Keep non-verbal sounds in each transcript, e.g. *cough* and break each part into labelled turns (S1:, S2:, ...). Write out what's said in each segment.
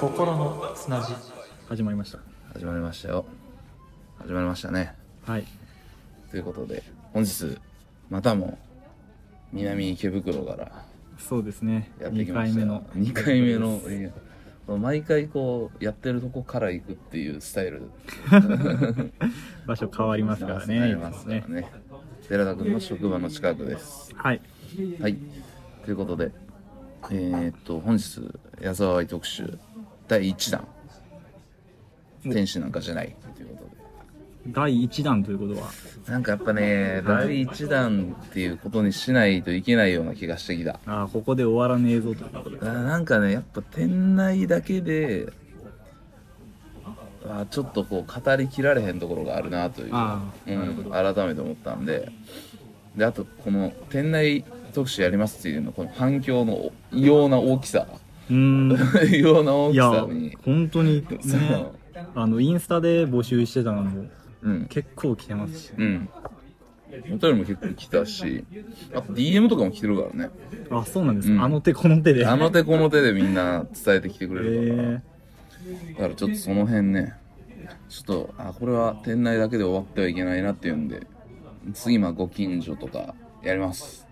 S1: 心の砂地
S2: 始まりました
S3: 始まりましたよ始まりましたね
S2: はい
S3: ということで本日またも南池袋から
S2: そうですね
S3: やってきま
S2: 二
S3: した
S2: 回目の
S3: 2回目のいや毎回こうやってるとこから行くっていうスタイル
S2: 場所変わりますからね
S3: ありますから
S2: いつもね
S3: ね寺田君の職場の近くです
S2: はい
S3: はいということでえー、っと本日矢沢愛特集第1弾天使なんかじゃないということで
S2: 第一弾ということは
S3: なんかやっぱね、第一弾っていうことにしないといけないような気がしてきた。
S2: ああここで終わらねえぞということで
S3: あなんかね、やっぱ店内だけで、あちょっとこう語りきられへんところがあるなという、
S2: ああ
S3: うん、改めて思ったんで、で、あとこの店内特集やりますっていうの、この反響の異様な大きさ、 *laughs*
S2: うーん
S3: 異様な大
S2: い
S3: き
S2: や
S3: さに、
S2: 本当にね
S3: そう
S2: あのインスタで募集してたのも
S3: うん、
S2: 結構来てますし
S3: うん。お便りも結構来たし、あと DM とかも来てるからね。
S2: あそうなんです、
S3: うん
S2: あの手この手で
S3: あの手この手でみんな伝えてきてくれ
S2: え
S3: るから、だからちょっとその辺ねちょっとあこれは店内だけで終わってはいけないなっていうんで次まあご近所とかやります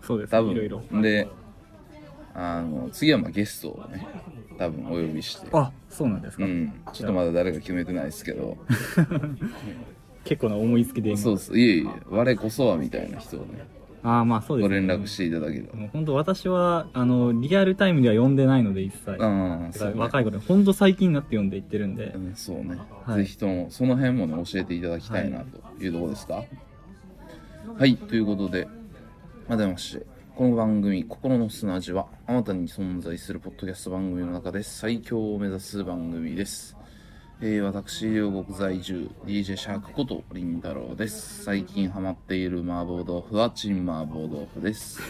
S2: ーそうですね
S3: 多分
S2: いろいろ
S3: であの次はまあゲストをね多分お呼びして
S2: あそうなんです
S3: う
S2: か、
S3: んちょっとまだ誰か決めてないですけど
S2: 結構な思いつきで
S3: そうそういえいえ我こそはみたいな人をね
S2: ああまあそうで
S3: ご
S2: すね
S3: 連絡していただければ
S2: もう本当私はあのリアルタイムでは読んでないので一切、
S3: ああそうね
S2: 若い頃に本当最近になって読んでいってるんで
S3: う、ん、そうね、
S2: はい
S3: ぜひともその辺もね教えていただきたいなというところですかはい、ということでまたましてこの番組「心の砂地は」あなたに存在するポッドキャスト番組の中で最強を目指す番組です、えー私両国在住 DJ シャークことりんたろうです最近ハマっている麻婆豆腐はチン麻婆豆腐です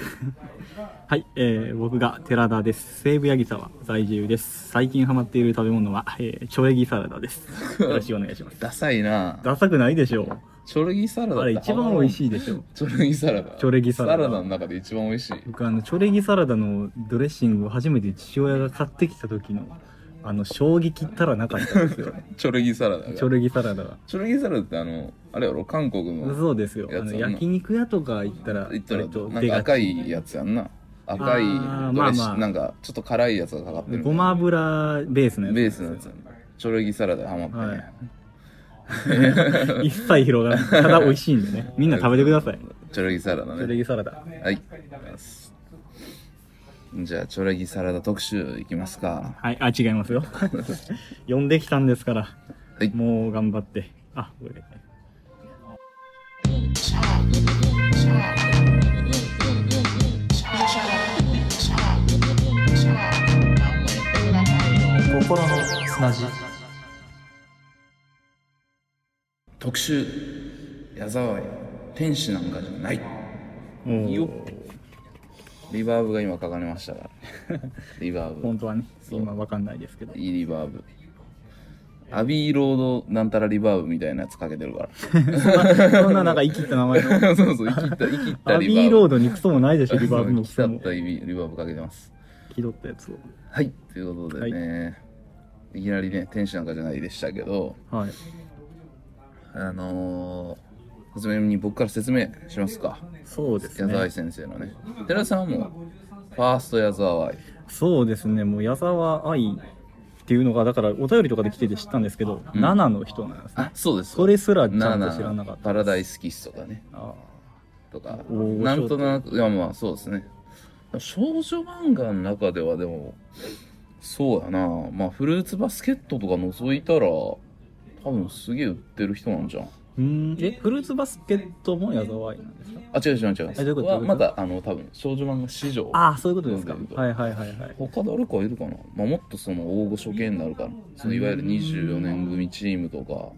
S2: はい、えー僕が寺田です西武八木沢在住です最近ハマっている食べ物は、えー、チョエギサラダです
S3: *laughs*
S2: よろしくお願いします
S3: ダサいな
S2: ダサくないでしょう
S3: チョルギサラダ
S2: あれ一番美味
S3: い
S2: しいでしょう
S3: チョルギサラダ
S2: チョルギサラダ
S3: サラダの中で一番美味しい
S2: 僕あのチョレギサラダのドレッシングを初めて父親が買ってきた時のあの衝撃ったらなかったんです
S3: *laughs*
S2: よ
S3: チョルギサラダが
S2: チョレギサラダが
S3: チョルギサラダってあのあれやろ韓国の
S2: そうですよあ
S3: やつ
S2: の
S3: あんな
S2: 焼肉屋とか行ったら
S3: 言ったら
S2: 割と
S3: なん
S2: 出
S3: か
S2: が
S3: 赤いやつやんな赤いド
S2: あ
S3: レ
S2: ー
S3: ッシ
S2: まあまあ
S3: なんかちょっと辛いやつがかかってる
S2: ごま油ベースのやつ
S3: ベースのやつやんなチョルギサラダハマってね、
S2: 一切広がらないただ美味しいんで
S3: *laughs*
S2: ねみんな食べてください
S3: チョルギサラダ
S2: チョ
S3: ね
S2: レギサラダ
S3: はいじゃあチョルギサラダ特集いきますか
S2: はいあ違いますよ *laughs* 呼んできたんですから、
S3: はい
S2: もう頑張ってあこれ
S1: 心の砂地
S3: 特集矢沢へ天使なんかじゃない
S2: も
S3: よっ
S2: う
S3: リバーブが今かかりましたから
S2: *laughs*
S3: リバーブ
S2: 本当はね
S3: そう
S2: 今わかんないですけど
S3: いいリバーブ。アビーロードなんたらリバーブみたいなやつかけてるか
S2: そんななんか生きった名
S3: *laughs*
S2: 前の
S3: ら。そうそう、生きった、生きった
S2: ア
S3: リ
S2: ビ
S3: バーブ。
S2: ーロードにクソもない
S3: *laughs*
S2: でしょリバーブも
S3: 生
S2: ク
S3: きた
S2: ソ
S3: っ
S2: も
S3: たリリバーブかけてます。
S2: 気取ったやつを
S3: はい、ということでね、い、きなりね、天使なんかじゃないでしたけど、
S2: はい
S3: あのー、説明に僕から説明しますか。
S2: そうです
S3: 矢沢
S2: ね
S3: 愛先生のね。寺田さんはもう、ファースト矢沢愛。
S2: そうですねもう矢沢愛っていうのがだからお便りとかで来てて知ったんですけど、7の人なんですね
S3: あ、そうです。
S2: それすらちゃんと
S3: 7
S2: 知らなかった
S3: パラダイスキスとかね。
S2: あ
S3: とか、
S2: おー
S3: なんとなく、いやまあそうですね。少女漫画の中ではでも、そうやな、まあフルーツバスケットとか覗いたら、多分すげえ売ってる人なんじゃん。
S2: ーうんえフルーツバスケットも矢沢愛なんですか
S3: あ、違う違う違う。
S2: えどういうこと
S3: は
S2: どういうこと
S3: まだ、あの、多分少女漫画史上。
S2: ああそういうことですか
S3: そうそう
S2: はいはいはいはい
S3: 他誰かいるかな、まあ、もっとその大御所系になるからそのいわゆる24年組チームとか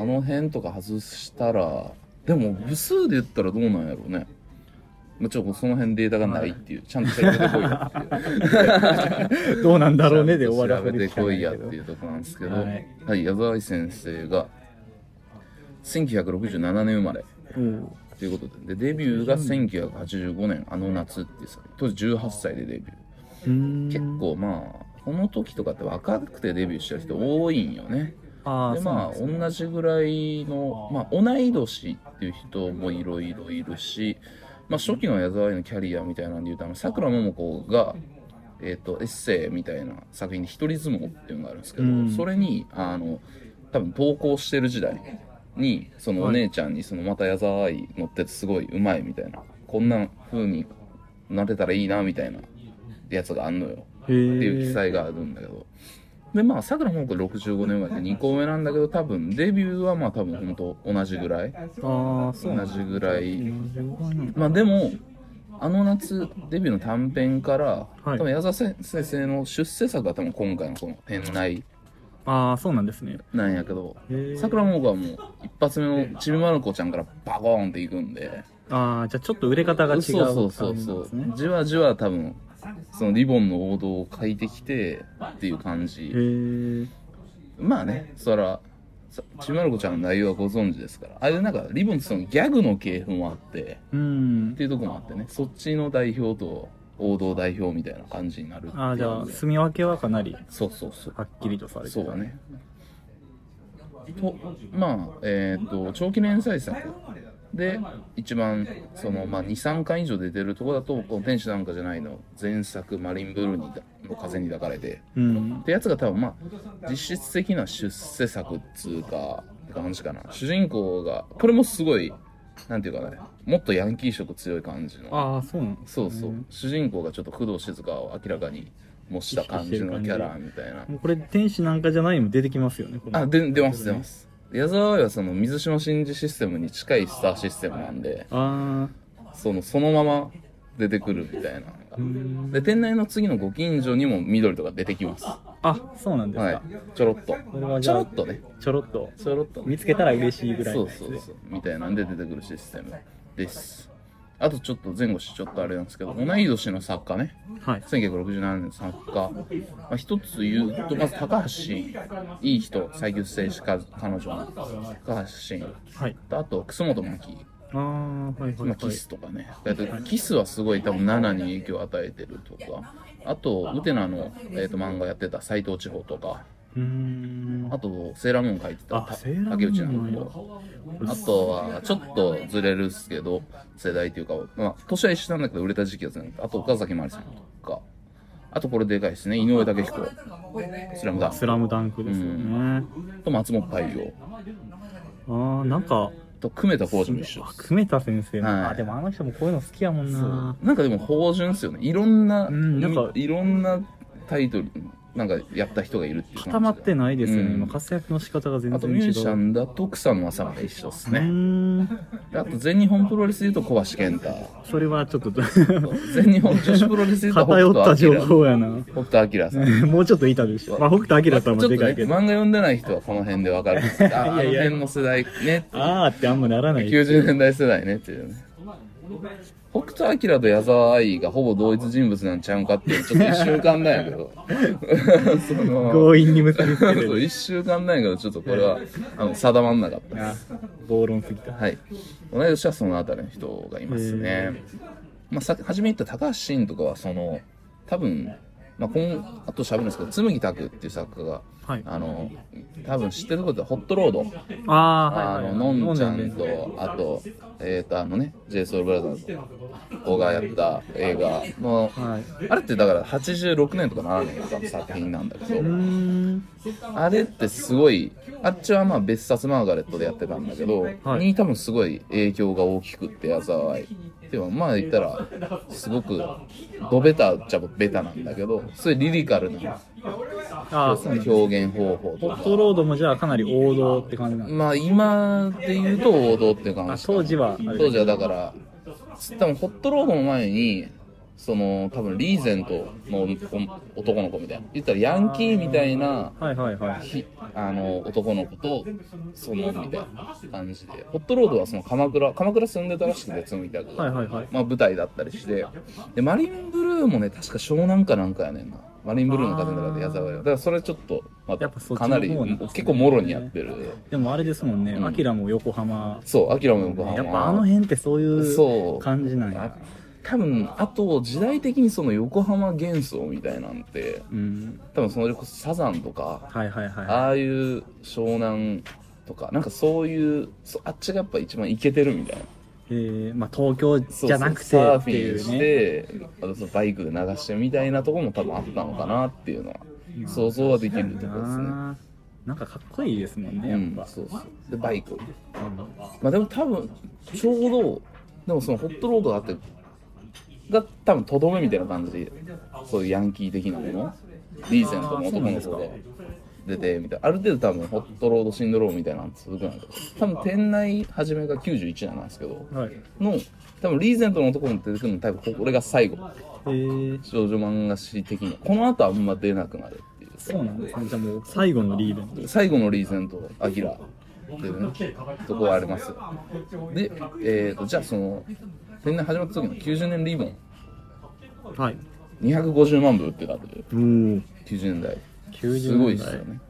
S3: あの辺とか外したらでも部数で言ったらどうなんやろうねまあちょっとその辺データがないっていう、ちゃんと調べてこいやっていう
S2: どうなんだろうねで
S3: ちゃんと
S2: 終わらせ
S3: 調べ
S2: る
S3: て
S2: しか
S3: こ
S2: ないい
S3: やっ
S2: けど
S3: ていうとこなんですけど、
S2: は
S3: はいい、矢沢井先生が1967年生まれ
S2: うん
S3: ということで、でデビューが1985年、あの夏っていうさ、当時18歳でデビュー。
S2: うーん
S3: 結構まあ、この時とかって若くてデビューした人多いんよね。
S1: ああ
S3: で
S1: そうなん
S3: ま
S1: で
S3: あ
S1: すね
S3: 同じぐらいの、まあ、同い年っていう人もいろいろいるし、まあ、初期の矢沢愛のキャリアみたいなんで言うとあのさくらももこが、えっとエッセイみたいな作品で「一人相撲」っていうのがあるんですけど、
S1: うん
S3: それにあの多分投稿してる時代にそのお姉ちゃんにそのまた矢沢愛乗っててすごいうまいみたいなこんな風になれたらいいなみたいなやつがあんのよ。
S2: て
S3: っていう記載があるんだけど。で、まあ、さくらももこ65年生まれで2個目なんだけど、多分、デビューはまあ多分本当同じぐらい。
S1: ああそうなんで
S3: 同
S1: す
S3: じぐらい。
S2: うん
S3: まあでも、あの夏、デビューの短編から、
S2: はい
S3: 多分矢沢先生の出世作が多分今回のこのペン内
S2: ああそうなんですね
S3: なんやけど
S2: へ、ー
S3: さくらももこはもう一発目のちびまる子ちゃんからバコーンっていくんで、
S2: ああじゃあちょっと売れ方が違う
S3: そうそうそう
S2: 感
S3: そ
S2: じなん
S3: う
S2: ですね
S3: じわじわ多分そのリボンの王道を変えてきてっていう感じ
S2: へー
S3: まあね、そら、さちまる子ちゃんの内容はご存知ですから。あれなんか、リボンってそのギャグの系譜もあって、
S2: うん
S3: っていうとこもあってね、そっちの代表と王道代表みたいな感じになるっていう
S2: ああじゃあ
S3: ので
S2: 住み分けはかなり
S3: そうそうそう。
S2: はっきりとされて
S3: そうだね。と、まあ、えっ、と、長期連載作で、一番、その、まあ、2、3巻以上出てるとこだと、この天使なんかじゃないの、前作、マリンブルーにだの風に抱かれて、
S2: うん
S3: ってやつが多分まあ実質的な出世作っつうかって感じかな主人公がこれもすごいなんていうかねもっとヤンキー色強い感じの
S2: ああそうなんです
S3: そ
S2: ね
S3: うそう主人公がちょっと工藤静香を明らかに模した感じのキャラみたいな
S2: もうこれ天使なんかじゃないも出てきますよねこの
S3: あで出ます出ます矢沢はその水島真司システムに近いスターシステムなんで
S2: あ
S3: そのそのまま出てくるみたいなのがで店内の次のご近所にも緑とか出てきます
S2: ああそうなんですか、
S3: はいちょろっと
S2: れはじ
S3: ち
S2: ゃあ
S3: ょろっとね
S2: ちょろっと
S3: ちょろっとね
S2: 見つけたら嬉しいぐらい
S3: そ
S2: の
S3: う
S2: やつ
S3: そうそうみたいなんで出てくるシステムですあとちょっと前後してちょっとあれなんですけど同い年の作家ね
S2: はい
S3: 1967年の作家、まあ、一つ言うとまず高橋いい人最級生しか彼女の高橋真
S2: はい
S3: とあと楠本真希
S2: ああはいはい
S3: まあ、
S2: は
S3: キ
S2: い
S3: スとかね。だってキスはすごい多分7に影響を与えてるとか。あと、ウテナの、えー、と漫画やってた斎藤千穂とか。
S2: うーん
S3: あと、セーラームーン書いてた
S2: あ
S3: た
S2: セーラームーン
S3: 竹内直子。あとは、ちょっとずれるっすけど、世代というか、まあ、年は一緒なんだけど、売れた時期はずれあと、岡崎まりさんとか。あと、これでかいですね。井上武彦。スラムダン
S2: スラムダンクですよね、
S3: クと、松本太陽。
S2: ああなんか
S3: と、久米田浩二も一緒
S2: あ久米田先生も、
S3: はい
S2: あでもあの人もこういうの好きやもんな
S3: なんかでも芳醇ですよね。いろんな、
S2: うんなんか
S3: いろんなタイトル、なんかやった人がいるっていう感じが
S2: 固まってないですよね、
S3: うん
S2: 今活躍の仕方が全
S3: あと
S2: 然
S3: ミュ
S2: 違
S3: ージシャ
S2: う
S3: ンだと草野朝まで一緒です
S2: う
S3: ね。
S2: ーん
S3: であと全日本プロレスで言うと小橋健太。
S2: それはちょっと
S3: 全日本女子プロレスで言うと
S2: 偏った情
S3: 北
S2: 報やな
S3: 斗晶さん。
S2: もうちょっといたでしょ。まあ、北斗晶さん
S3: ち
S2: も
S3: ょっと
S2: で
S3: ね、
S2: かいけ
S3: 漫
S2: ど。
S3: 画読んでない人はこの辺でわかる。 *laughs* あ、あの辺の世代ね。
S2: あーってあんまならない。
S3: 90年代世代ねっていうね。北斗晶と矢沢愛がほぼ同一人物なんちゃうんかっていう、ちょっと一瞬浮かんだんやけ *laughs* ど。その
S2: 強引に結びつけて
S3: そう、
S2: る。
S3: 一週間ないけど、ちょっとこれは、あの、定まんなかったです。
S2: 暴論すぎた。
S3: はい。同い年はそのあたりの人がいますね。まあ、さ、初め言った高橋真とかは、その、多分、まあ、今、あと喋るんですけど、紬拓っていう作家が、
S2: はい
S3: あの、多分知ってることで、ホットロード。
S2: あー、は
S3: あ
S2: い、はい。
S3: の、のんちゃ
S2: 飲
S3: ん
S2: でね
S3: と、あと、えっ、と、あのね、JSOULBROTHERS の子がやった映画の、
S2: はい
S3: あれってだから86年とか7年とかの作品なんだけど、
S2: うーん。
S3: あれってすごい、あっちはまあ別冊マーガレットでやってたんだけど、
S2: はい
S3: に多分すごい影響が大きくって、矢沢愛。でもまあ言ったら、すごく、ドベタっちゃベタなんだけど、そういうリリカルな
S2: ああ、そうなんです
S3: 表現方法と
S2: ホッ
S3: か。
S2: トロードもじゃあかなり王道って感じなんで
S3: まあ今で言うと王道っていう感じかな
S2: あ当時はあれ
S3: 当時はだから、多分ホットロードの前に、その多分リーゼントの男の子みたいな。言ったらヤンキーみたいな、
S2: す。はいはいはい。
S3: ひあの男の子とそのみたいな感じでホットロードはその鎌倉鎌倉住んでたらしくてつむぎたくが、
S2: はいはいはい
S3: まあ、舞台だったりしてでマリンブルーもね確か湘南かなんかやねんなマリンブルーの風の中で矢沢よだからそれちょっとま
S2: や
S3: た
S2: っぱそっち
S3: か
S2: の方
S3: な
S2: なんで
S3: り
S2: すね
S3: 結構もろにやってる
S2: でもあれですもんね、
S3: ん
S2: アキラも横浜。
S3: そうアキラも横浜
S2: やっぱあの辺ってそうい
S3: そう
S2: う感じなん
S3: やっ
S2: や。
S3: 多分あと時代的にその横浜幻想みたいなんて
S2: うん
S3: 多分それこそサザンとか
S2: はいはいは、
S3: ああいう湘南とかなんかそういうそあっちがやっぱ一番イケてるみたいない
S2: えーまあ、東京
S3: そう
S2: じゃなくてっ
S3: サーフ
S2: て
S3: ィン
S2: いう
S3: し
S2: ね
S3: てあとそのバイクで流してみたいなとこも多分あったのかなっていうのは想像はできるところですね
S2: ななんかかっこいいですもんね
S3: う
S2: やっ
S3: ん
S2: ぱ、
S3: そうそうでバイクまあでも多分ちょうどでもそのホットロードがあってが多分とどめみたいな感じでそういうヤンキー的なものリーゼントの男の子で出てみたいなある程度多分ホットロードシンドロームみたいなの続くなんだけど多分店内始めが91なんですけど
S2: はい
S3: の多分リーゼントの男の子出てくるの多分これが最後
S2: えー、
S3: 少女漫画誌的にこの後あんま出なくなるっていう
S2: そうなんですねじゃあもう最後のリーベント
S3: 最後のリーゼント、アキラっていうね、とこはありますよ。で、えー、とじゃあその、天然始まった時の90年リボン、
S2: はい
S3: 250万部売ってたっていう、
S2: おお
S3: 90年代。
S2: 90
S3: すごいですよね。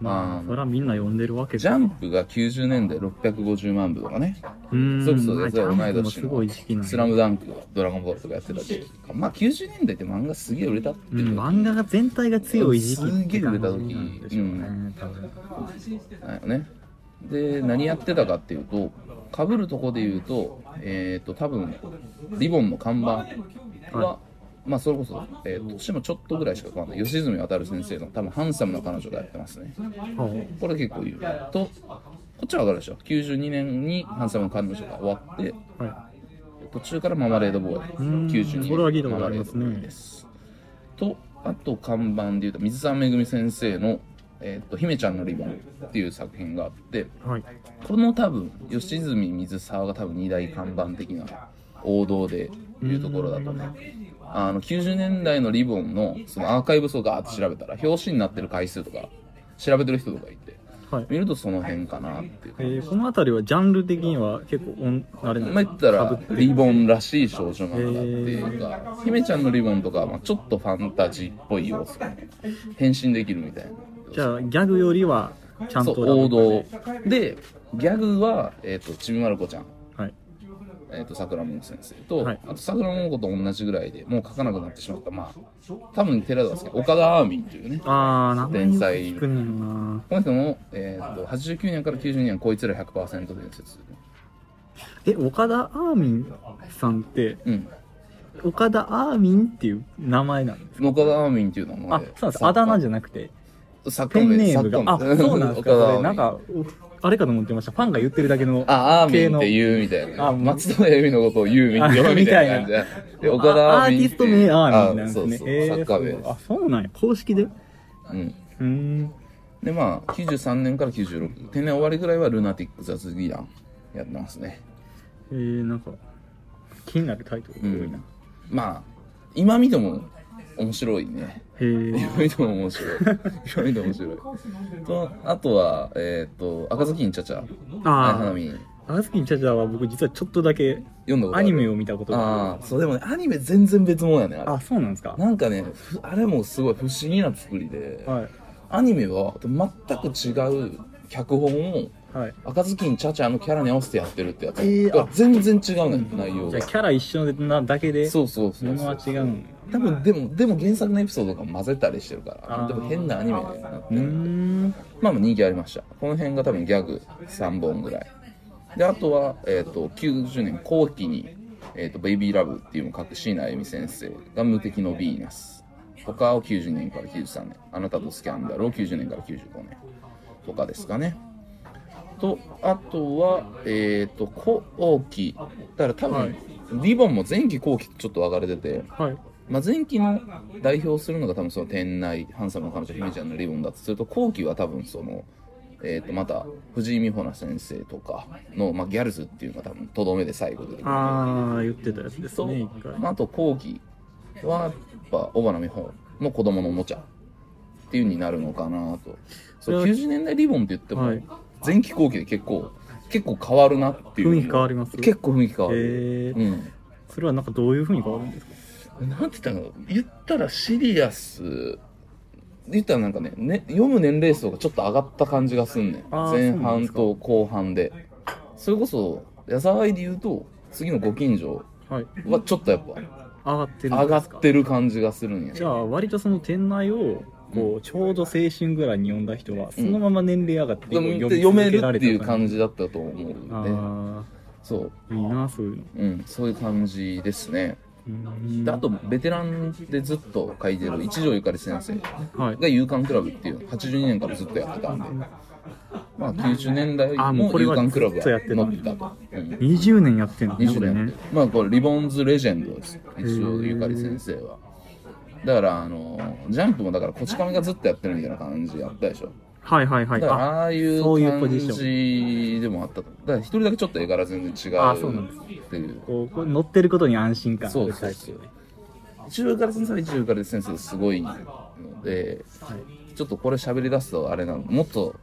S2: ま
S3: あ
S2: あ
S3: ー
S2: それはみんな呼んでるわけ
S3: ジャンプが90年代650万部とかね、
S2: うーん
S3: それこそ
S2: まあ
S3: ね
S2: ジャ
S3: 同
S2: ン
S3: い年
S2: プも
S3: の
S2: すごい時期なんで
S3: スラムダンク、ドラゴンボールとかやってた時期かまあ90年代って漫画すげえ売れたって
S2: う
S3: い
S2: ん、
S3: う。
S2: 漫画が全体が強い時期
S3: すげえ売れた時
S2: なんでしょうね、多分
S3: なんよね。で、何やってたかっていうと、かぶるとこで言うと、えっ、と、多分リボンの看板は、まあ、それこそ、えー年もちょっとぐらいしか変わらない、吉住渉先生の、多分ハンサムな彼女がやってますね。
S2: ほ
S3: これ結構有名。と、こっちはわかるでしょ。92年にハンサムの彼女が終わって、
S2: うは
S3: 途中からママレードボーイ、
S2: ん
S3: 92年
S2: これは聞いたことありますね
S3: ママレードボーイですと、あと看板で言うと、水沢めぐみ先生の、えっ、と、姫ちゃんのリボンっていう作品があって、
S2: いはい
S3: この多分吉住水沢が多分二大看板的な王道でいうところだとねあの90年代のリボンのそのアーカイブ層がーって調べたら表紙になってる回数とか調べてる人とかいて
S2: はい
S3: 見るとその辺かなっていう
S2: えー、この辺りはジャンル的には結構おんあれなん
S3: まあ
S2: で
S3: 言
S2: す
S3: っ
S2: か
S3: た
S2: 被
S3: ら
S2: って
S3: リボンらしい少女漫画っていうか姫ちゃんのリボンとかはまあちょっとファンタジーっぽい要素変身できるみたいな
S2: じゃあギャグよりはちゃん
S3: そ
S2: と
S3: う王道でギャグは、えっとちびまる子ちゃん
S2: はい
S3: えー、と桜桃子先生と、
S2: はい
S3: あと桜桃子と同じぐらいでもう書かなくなってしまったまあ多分寺田ですけど岡田アーミンというねこ
S2: ああ名前よ
S3: 天
S2: く
S3: 才
S2: 聞くねんな
S3: の人も、えー、と89年から90年こいつら100%伝説
S2: え岡田アーミンさんって
S3: うん
S2: 岡田アーミンっていう名前なんです
S3: 岡田アーミンっていうのはも
S2: あそうなんですあだ名じゃなくて
S3: ゃ作
S2: ペ
S3: 家
S2: ン
S3: 名
S2: ネームがあ
S3: 作家名
S2: そうなんですか
S3: 岡田アー
S2: そ
S3: ミ
S2: れ
S3: ン
S2: なんかおあれかと思ってましたファンが言ってるだけの
S3: あアーミ
S2: 系
S3: ンっ
S2: の
S3: て言うみたいな
S2: あ
S3: 松任谷由実のことをユーミンって呼ぶみたいな感じでで
S2: あ
S3: 岡田アーミン
S2: アーティスト名アーミンなん
S3: あ
S2: で
S3: そ
S2: す
S3: う
S2: ね
S3: そう、
S2: え
S3: 作家名で
S2: ー、あそうなんや公式でう
S3: す、うん
S2: ーん
S3: でまあ93年から96定年終わりぐらいはルナティック雑技団やってますね
S2: えー、なんか気になるタイトル
S3: う
S2: が多いな、
S3: ん、まあ今見ても面白いね
S2: へー
S3: 今見ても面白い今見ても面白いとあとはえっ、と赤ずきんちゃちゃはい花
S2: あ
S3: 見
S2: あアスキンチャチャは僕実はちょっとだけ
S3: 読んだことあ
S2: ア
S3: る
S2: ニメを見たことがあ
S3: ああそうでもねアニメ全然別物やねあ
S2: る
S3: れ
S2: あそうなんですか
S3: なんかねふあれもすごい不思議な作りで、
S2: はい
S3: アニメは全く違う脚本を
S2: はい
S3: 赤ずきんちゃちゃのキャラに合わせてやってるってやつ、
S2: えーあ
S3: 全然違うのよ内容
S2: じ
S3: が
S2: ゃあキャラ一緒なだけで
S3: そうそうそう
S2: 物
S3: そう
S2: は違うん
S3: 多分でもでも原作のエピソードとか混ぜたりしてるから
S2: あー
S3: でも変なアニメになって
S2: うー
S3: る
S2: ん
S3: まあまあ人気ありましたこの辺が多分ギャグ3本ぐらいであとは、えー、と90年後期に「えー、とベイビーラブ」っていうのを書く椎名由美先生が「無敵のヴィーナス」とかを90年から93年「あなたとスキャンダル」を90年から95年とかですかねとあとはえっ、と後期だから多分、リボンも前期後期とちょっと分かれてて
S2: はい
S3: まあ、前期の代表するのが多分その店内ハンサムの彼女姫ちゃんのリボンだとすると後期は多分その、えー、とまた藤井美穂奈先生とかの、まあ、ギャルズっていうのが多分とどめで最後出てくる
S2: ああ言ってたやつですね一回
S3: まあ、あと後期はやっぱ小花美穂の子供のおもちゃっていうになるのかなとそう
S2: それは
S3: 90年代リボンって言っても、
S2: はい
S3: 前期後期で結構結構変わるなっていう
S2: 雰囲気変わります
S3: 結構雰囲気変わる、
S2: へえ
S3: うん
S2: それはなんかどういうふうに変わるんですか
S3: なんて言ったの言ったらシリアス言ったらなんかねね読む年齢層がちょっと上がった感じがすんねん
S2: あーそうな
S3: 前
S2: んで
S3: 半
S2: すか
S3: と後半でそれこそ矢沢愛で言うと次のご近所
S2: はい。
S3: はちょっとやっぱ
S2: 上がってるんですか
S3: 上がってる感じがするんや
S2: じゃあ割とその店内をこうちょうど青春ぐらいに読んだ人はそのまま年齢上がってこう
S3: で
S2: 読
S3: も
S2: み続
S3: 読める
S2: け
S3: っ
S2: られ
S3: て
S2: た
S3: いう感
S2: じ
S3: じだったと思うんで
S2: あ
S3: そう
S2: あいいなそういうの
S3: うんそういう感じですね
S2: うん
S3: であとベテランでずっと書いてる一条ゆかり先生
S2: はい
S3: が勇敢クラブっていう82年からずっとやってたんでまあ90年代
S2: あも
S3: も
S2: うこれ
S3: 勇
S2: は
S3: 敢クラブ
S2: ずっとやってた
S3: 乗ってたと、うん
S2: 20年やってんのね
S3: 20
S2: これ
S3: 年、
S2: ね
S3: まあこれリボンズレジェンドです一応
S2: へえ
S3: ゆかり先生はだからあのジャンプもだからこち亀がずっとやってるみたいな感じやったでしょ
S2: はいはいは
S3: だ
S2: い
S3: から
S2: あ
S3: ああいう
S2: そういうポ
S3: 感
S2: ジション
S3: じでもあったとだから一人だけちょっと絵柄全然違
S2: あそうなんで
S3: うっていう
S2: こうこう乗ってることに安心感あ
S3: そう
S2: る
S3: そ
S2: タ
S3: う
S2: イ
S3: そう
S2: プ
S3: 一応ゆかり先生は一応ゆかり先生ですごいのでちょっとこれ喋り出すとあれなのも
S2: *laughs*
S3: っと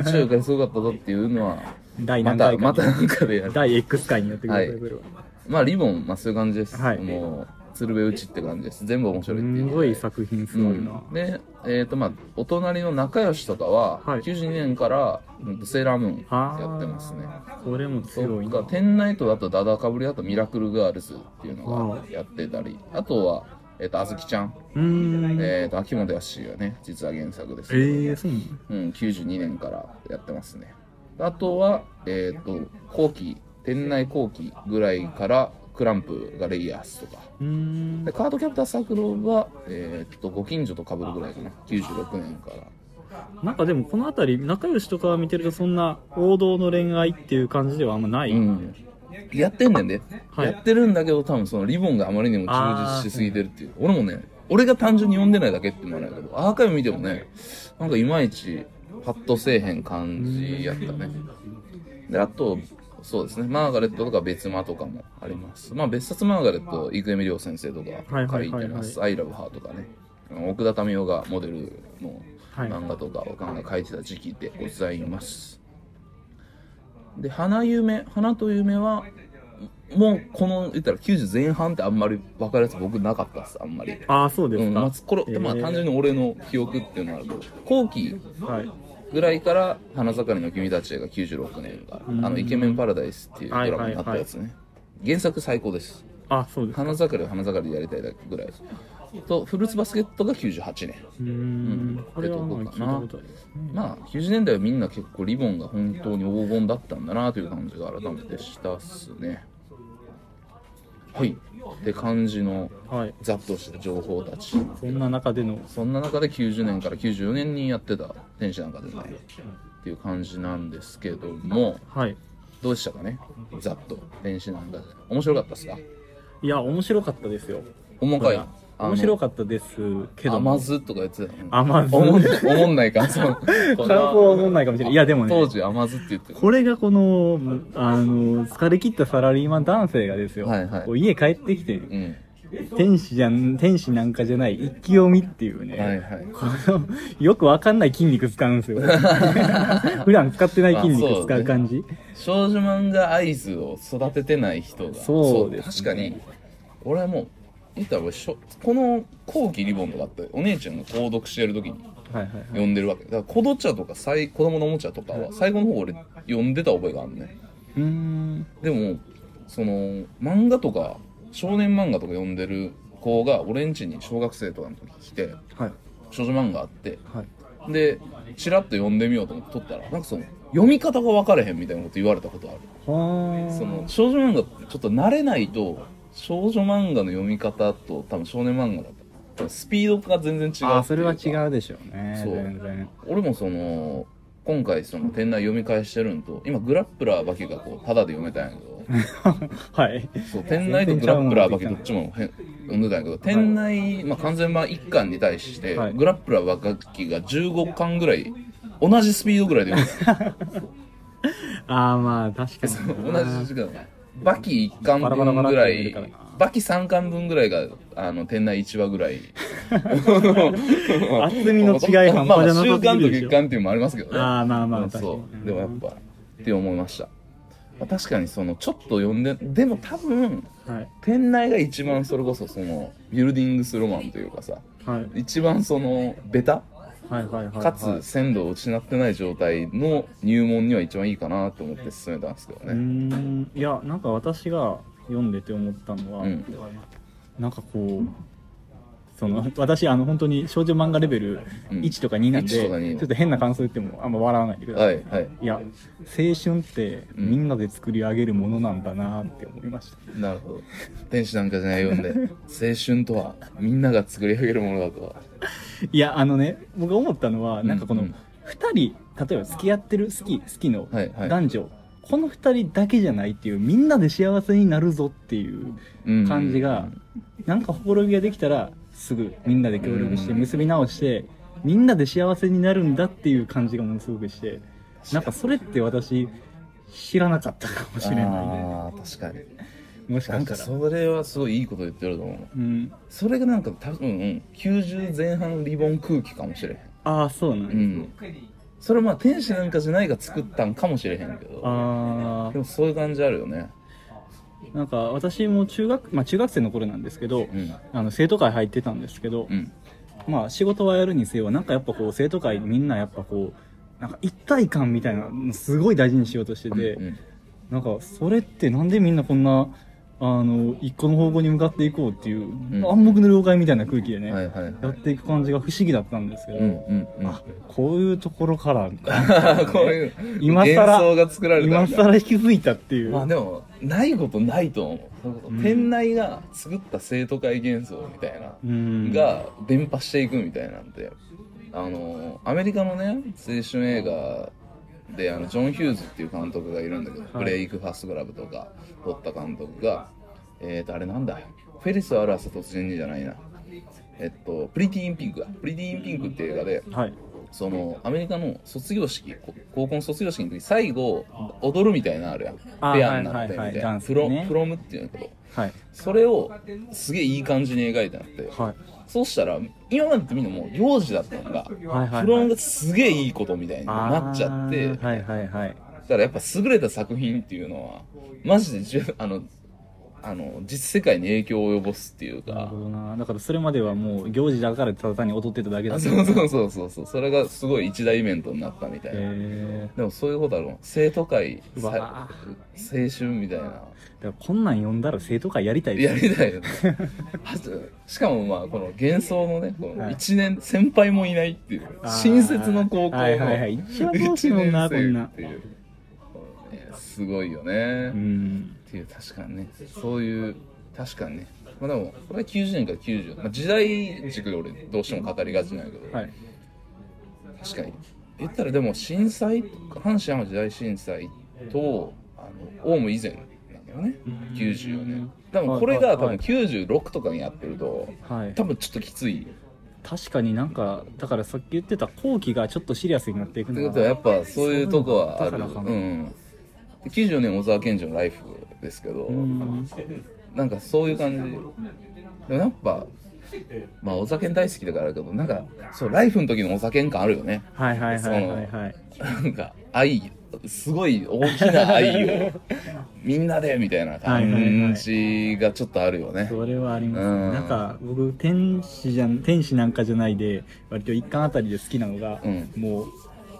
S3: 一応ゆかりすごかったぞっていうのは
S2: 第
S3: ま
S2: 何
S3: た
S2: 回か
S3: ま
S2: に
S3: たなんかでやる
S2: 第 X 回にやってください
S3: はい
S2: それは
S3: まあリボン、まあ、そういう感じです、
S2: はい
S3: もう鶴瓶打ちって感じです全部面白いってい
S2: す
S3: う
S2: ごい作品す
S3: う、
S2: ごいなん
S3: でえっ、とまあお隣の仲良しとかは、
S2: はい
S3: 92年から、うんとセーラームーン
S2: あ
S3: やってますね
S2: これも
S3: そ
S2: 強
S3: っ
S2: い
S3: か
S2: な
S3: 天ナイトだとダダかぶりだとミラクルガールズっていうの
S2: は
S3: がやってたりあとはえっ、とあずきちゃん、
S2: うーんえ
S3: えっ、と秋元康がね実は原作ですけど
S2: ー、そうなの
S3: うん、92年からやってますね。あとは、えっ、と、後期、店内後期ぐらいから、クランプがレイヤースとか。
S2: うーん
S3: でカードキャプターサークルは、えっ、と、ご近所と被るぐらいかな。96年から。
S2: なんかでもこの辺り仲良しとか見てるとそんな王道の恋愛っていう感じではあんまない、
S3: うん。やってんねんで。
S2: はい
S3: やってるんだけど、多分そのリボンがあまりにも充実しすぎてるっていう。俺もね、俺が単純に読んでないだけっていうのはないけど、アーカイブ見てもね、なんかいまいちパッとせえへん感じやったね。で、あと、そうですね、マーガレットとか別間とかもあります。まあ別冊マーガレット、郁恵美涼先生と
S2: はい
S3: か
S2: は
S3: 書
S2: い
S3: い
S2: はい
S3: てます。アイラブハーとかね。奥田民生がモデルの
S2: はい
S3: 漫画とかを考え書いてた時期でございます。で花夢花と夢はもうこの言ったら90前半ってあんまり分かるやつ僕なかったですあんまり、
S2: ああそうで
S3: う
S2: す
S3: ん
S2: か、
S3: まあ、これ、まあ
S2: えー
S3: 単純に俺の記憶っていうのはあるけど後期
S2: はい
S3: ぐらいから「花盛りの君たちへ」が96年が、あの「イケメンパラダイス」っていうドラマになったやつね、原作最高です
S2: あそうですか
S3: 花盛りは花盛りでやりたいだけぐらいと「フルーツバスケット」が98年
S2: うーんこれはまあ
S3: って
S2: 聞
S3: とこ
S2: い
S3: かな
S2: たことありますね
S3: まあ90年代はみんな結構リボンが本当に黄金だったんだなという感じが改めてしたっすねはいって感じの
S2: はい
S3: ざっとした情報たち
S2: そんな中での
S3: そんな中で90年から94年にやってた天使なんかでねっていう感じなんですけども
S2: はい
S3: どうでしたかねざっと天使なんかで面白かったっすか
S2: いや面白かったですよ
S3: 重かい
S2: 面白
S3: か
S2: かったですけど
S3: 甘
S2: も
S3: 酢とかやってたよね
S2: 甘酢
S3: おもんおもんないかそう
S2: 感想は思んないかもしれないいやでもね
S3: 当時甘酢って言ってた
S2: これがこのあの疲れ切ったサラリーマン男性がですよ、
S3: はいはい
S2: こう家帰ってきて
S3: うん
S2: 天使じゃん天使なんかじゃない一気読みっていうね、
S3: はいはい
S2: このよくわかんない筋肉使うんですよ普段使ってない筋肉使う感じ
S3: 少女漫画アイズを育ててない人が
S2: そうですね
S3: 確かに俺はもう言ったら俺しょこの後期リボンとかってお姉ちゃんが購読してる時に
S2: はいはいはい
S3: 読んでるわけだから子どちゃとか最子供のおもちゃとかは最後の方俺読んでた覚えがあるね
S2: うーん
S3: でもその漫画とか少年漫画とか読んでる子が俺ん家に小学生とかの時来て
S2: はい
S3: 少女漫画あって
S2: はい
S3: でチラッと読んでみようと思って撮ったらなんかその読み方が分かれへんみたいなこと言われたことある
S2: はあ
S3: その少女漫画ってちょっと慣れないと少女漫画の読み方と多分少年漫画だとスピードが全然違うっていうか
S2: あそれは違うでしょうね
S3: そう
S2: 全然
S3: 俺もその今回その店内読み返してるんと今グラップラーだけがこうタダで読めたんや
S2: *laughs*
S3: けど
S2: はい
S3: そう店内とグラップラーだけどっちもへん読んでたんやけど店内、まあ、完全版1巻に対して、
S2: はい
S3: グラップラーばきが15巻ぐらい同じスピードぐらいで読めた
S2: ああまあ確かにな
S3: 同じ時間バキ1巻
S2: バラバラバ
S3: 分
S2: ラ
S3: ぐら
S2: って
S3: い
S2: 言うからな
S3: バキ3巻分ぐらいがあの店内1話ぐらい
S2: 厚みの違い半
S3: まあま
S2: 端
S3: あ
S2: じゃな
S3: 週
S2: さす
S3: 刊
S2: ぎ
S3: と
S2: るでし
S3: 月
S2: ょ
S3: 刊っていうのもありますけどね
S2: あーまあまあ
S3: うん
S2: 確かに
S3: そうでもやっぱって思いましたまあ確かにそのちょっと読んででも多分
S2: はい
S3: 店内が一番それこそそのビルディングスロマンというかさ
S2: はい
S3: 一番そのベタ
S2: はいはいはいはい
S3: かつ鮮度を失ってない状態の入門には一番いいかなと思って進めたんですけど
S2: うー
S3: ね
S2: んいやなんか私が読んでて思ったのは、
S3: うん
S2: なんかこうその *laughs* 私あの本当に少女漫画レベル
S3: うん
S2: 1とか2なん
S3: 1
S2: で、
S3: とか2
S2: ちょっと変な感想言ってもあんま笑わないでくださ、
S3: はいいはい
S2: いや青春って
S3: うん
S2: みんなで作り上げるものなんだなって思いました、
S3: なるほど天使なんかじゃないよんで青春とはみんなが作り上げるものだとはい
S2: やあのね僕が思ったのはなんかこの
S3: う
S2: 2
S3: ん
S2: 人例えば付き合ってる好き好きの
S3: はいはい
S2: 男女、この2人だけじゃないっていうみんなで幸せになるぞっていう
S3: うん
S2: 感じが、なんかほころびができたらすぐみんなで協力して
S3: うん
S2: 結び直してみんなで幸せになるんだっていう感じがものすごくしてなんかそれって私知らなかったかもしれないね
S3: あー確かに
S2: もし
S3: な
S2: か
S3: ん
S2: した
S3: からそれはすごいいいこと言ってると思う
S2: うん
S3: それがなんか多分、うん、90前半リボン空気かもしれへん
S2: ああそうなん
S3: う
S2: ですね
S3: んそれまあ天使なんかじゃないが作ったんかもしれへんけど
S2: あ
S3: でもそういう感じあるよね
S2: あなんか私も中学まあ中学生の頃なんですけど
S3: うん
S2: あの生徒会入ってたんですけど
S3: うん
S2: まあ仕事はやるにせよなんかやっぱこう生徒会みんなやっぱこうなんか一体感みたいなのすごい大事にしようとしてて、
S3: うん
S2: なんかそれってなんでみんなこんなあの一個の方向に向かっていこうっていう、
S3: ん
S2: 暗黙の了解みたいな空気でね、
S3: はいはいはい
S2: やっていく感じが不思議だったんですけど、
S3: うんうんうん
S2: あこういうところからみたいな
S3: *laughs* こういう
S2: 今更
S3: 幻想が作られたんだ
S2: 今更引き継いだっていう、
S3: まあでもないことないと思うそういうこと
S2: うん
S3: 店内が作った生徒会幻想みたいな、
S2: うん
S3: が伝播していくみたいなんであのアメリカのね青春映画であのジョン・ヒューズっていう監督がいるんだけど「ブレイク・ファスト・グラブ」とか撮った監督がえーとあれなんだフェリス・アラス突然にじゃないなえっとプリティーン・ピンクだプリティーン・ピンクっていう映画で
S2: はい
S3: そのアメリカの卒業式こ高校の卒業式の時最後踊るみたいなのあるやんペ
S2: あ
S3: アになってみ
S2: はいはいは
S3: た
S2: い
S3: い
S2: ダン
S3: な
S2: ス
S3: プ
S2: ね
S3: ロプロムっていうんだけど
S2: はい
S3: それをすげえいい感じに描いてなって
S2: はい
S3: そうしたら今までってみんなもう幼児だったのが
S2: はいはい
S3: プロムがすげえいいことみたいになっちゃって
S2: あーはいはいはい
S3: だからやっぱ優れた作品っていうのはマジでじゅあのあの実世界に影響を及ぼすっていう
S2: なる
S3: か
S2: ほどなだからそれまではもう行事だからただ単に踊ってただけだ
S3: あ
S2: った
S3: そうそうそうそうそうそれがすごい一大イベントになったみたいな。
S2: え
S3: でもそういうことあるもん生徒会
S2: う
S3: さ
S2: わ
S3: 青春みたいな
S2: ー、だからこんなん呼んだら生徒会やりたいです
S3: やりたいよねあとしかもまあこの幻想のねこの
S2: はい
S3: 1年先輩もいないっていう
S2: あー
S3: 新設の高校の
S2: はいはいはい一番どうしようもな
S3: 1年生
S2: こんな
S3: っていうこれねすごいよね、
S2: う
S3: っ
S2: ん
S3: ていう確かにねそういう確かにねまあでもこれは90年から90、まあ、時代軸で俺どうしても語りがちなんやけど、
S2: はい
S3: 確かに言ったらでも震災阪神・淡路大震災とあのオウム以前なんだよね94年多分これ
S2: は
S3: が
S2: い
S3: 多
S2: はいは
S3: 分
S2: い
S3: 96とかにやってると
S2: はい
S3: 多分ちょっときつい
S2: 確かになんかだからさっき言ってた後期がちょっとシリアスになっていく
S3: って
S2: のが
S3: ことはやっぱそういうとこはある
S2: だ
S3: う
S2: からか
S3: んで94年小沢健二の「ライフですけど
S2: うん
S3: なんかそういう感じでもやっぱまあお酒大好きだからあれだけどなんかそうライフの時のお酒感あるよね
S2: はいはいはいはいはい
S3: なんか愛すごい大きな
S2: *laughs*
S3: 愛をみんなでみたいな感じがちょっとあるよね。
S2: それはありますね、
S3: うん
S2: なんか僕天使じゃん天使なんかじゃないで割と一巻あたりで好きなのが、
S3: うん
S2: もう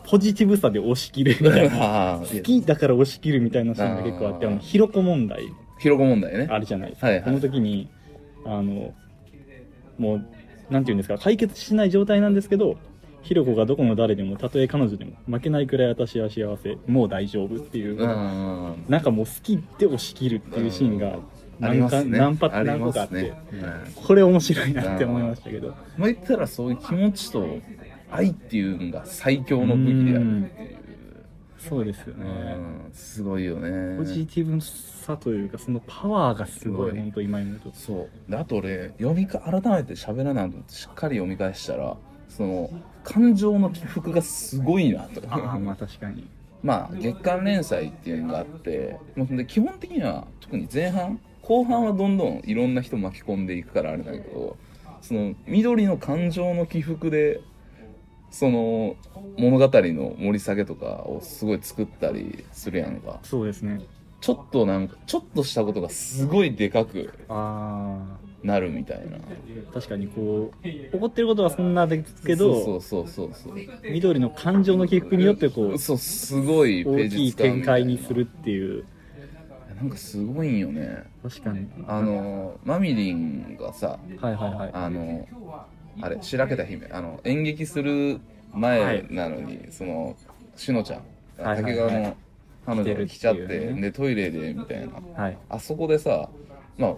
S2: ポジティブさで押し切る
S3: *laughs*
S2: みたいな
S3: ああ
S2: 好きだから押し切るみたいなシーンが結構あってあのひろこ問題
S3: ひろこ問題ね。
S2: あるじゃないですか、
S3: はいはい
S2: この時にあのもうなんていうんですか解決しない状態なんですけどひろこがどこの誰でもたとえ彼女でも負けないくらい私は幸せもう大丈夫っていう、
S3: うん。
S2: なんかもう好きで押し切るっていうシーンが
S3: あ
S2: 何,、
S3: りま
S2: か
S3: すね。
S2: 何パ
S3: あり
S2: 何個
S3: ま
S2: かあっ
S3: す
S2: て、
S3: ね。
S2: これ面白いなって思いましたけど
S3: うんまあ言ったらそういう気持ちと愛っていうのが最強の武器であるっていう。
S2: そうですよ
S3: う
S2: ね、
S3: んすごいよね。
S2: ポジティブさというかそのパワーがすごい
S3: すごい
S2: 本当今言うと
S3: そうであと俺読みか改めて喋らないとしっかり読み返したらその感情の起伏がすごいなと
S2: ああまあ確かに
S3: まあ月間連載っていうのがあってもうで基本的には特に前半後半はどんどんいろんな人巻き込んでいくからあれだけどその緑の感情の起伏でその物語の盛り下げとかをすごい作ったりするやんか
S2: そうですね
S3: ちょっとなんかちょっとしたことがすごいでかく
S2: ああ
S3: なるみたいな
S2: 確かにこう怒ってることはそんなですけど
S3: そうそうそうそうそう
S2: 緑の感情の起伏によってこう
S3: そうすごいペ
S2: 大
S3: ー
S2: き
S3: ジ
S2: い
S3: 使う
S2: 展
S3: みたい
S2: 開
S3: な
S2: にするっていう
S3: ななんかすごいんよね
S2: 確かに
S3: あのマミリンがさ
S2: はいはいはい
S3: あのあれ白けた姫あの演劇する前なのに、そのしのちゃん
S2: はいはい
S3: 竹川の彼女が来ちゃって
S2: 来てるっていうね
S3: でトイレでみたいな
S2: はい
S3: あそこでさまあ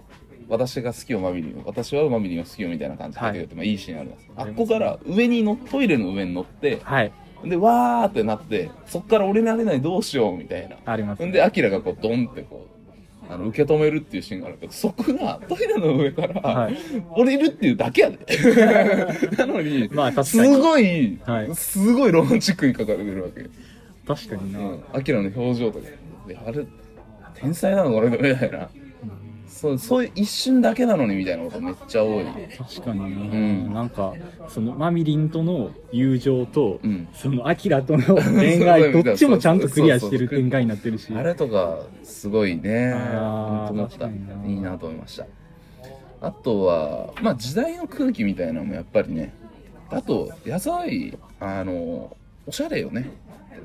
S3: 私が好きよマミリンを私はマミリンを好きよみたいな感じで
S2: はい
S3: 言って、まあ、いいシーンあるんですあ
S2: あり
S3: っ
S2: ますね
S3: こから上にのトイレの上に乗って
S2: はい
S3: でわーってなってそっから俺なれないどうしようみたいな
S2: あります
S3: ほんで、アキラがこう、ドンってこう、あの、受け止めるっていうシーンがあるけど、そこが、トイレの上から、
S2: はい
S3: 降りるっていうだけやで。 *laughs* なのに、
S2: まあ確
S3: す
S2: かに
S3: ごい、
S2: はい
S3: すごいロマンチックに書かれてるわけ。
S2: 確かにな、
S3: うん。アキラの表情とか。で、あれ、天才なのこれみたいな。そう、そういう一瞬だけなのにみたいなことめっちゃ多い。
S2: 確かにね、
S3: うん
S2: なんかそのマミリンとの友情と、
S3: うん
S2: そのアキラ
S3: *laughs*
S2: との恋愛どっちもちゃんとクリアしてる展開になってるし
S3: あれとか、すごいね。
S2: あー
S3: ほんと思った。い
S2: 確かにない
S3: なと思いました。あとは、まあ時代の空気みたいなのもやっぱりね。あと、野菜、あの、おしゃれよね。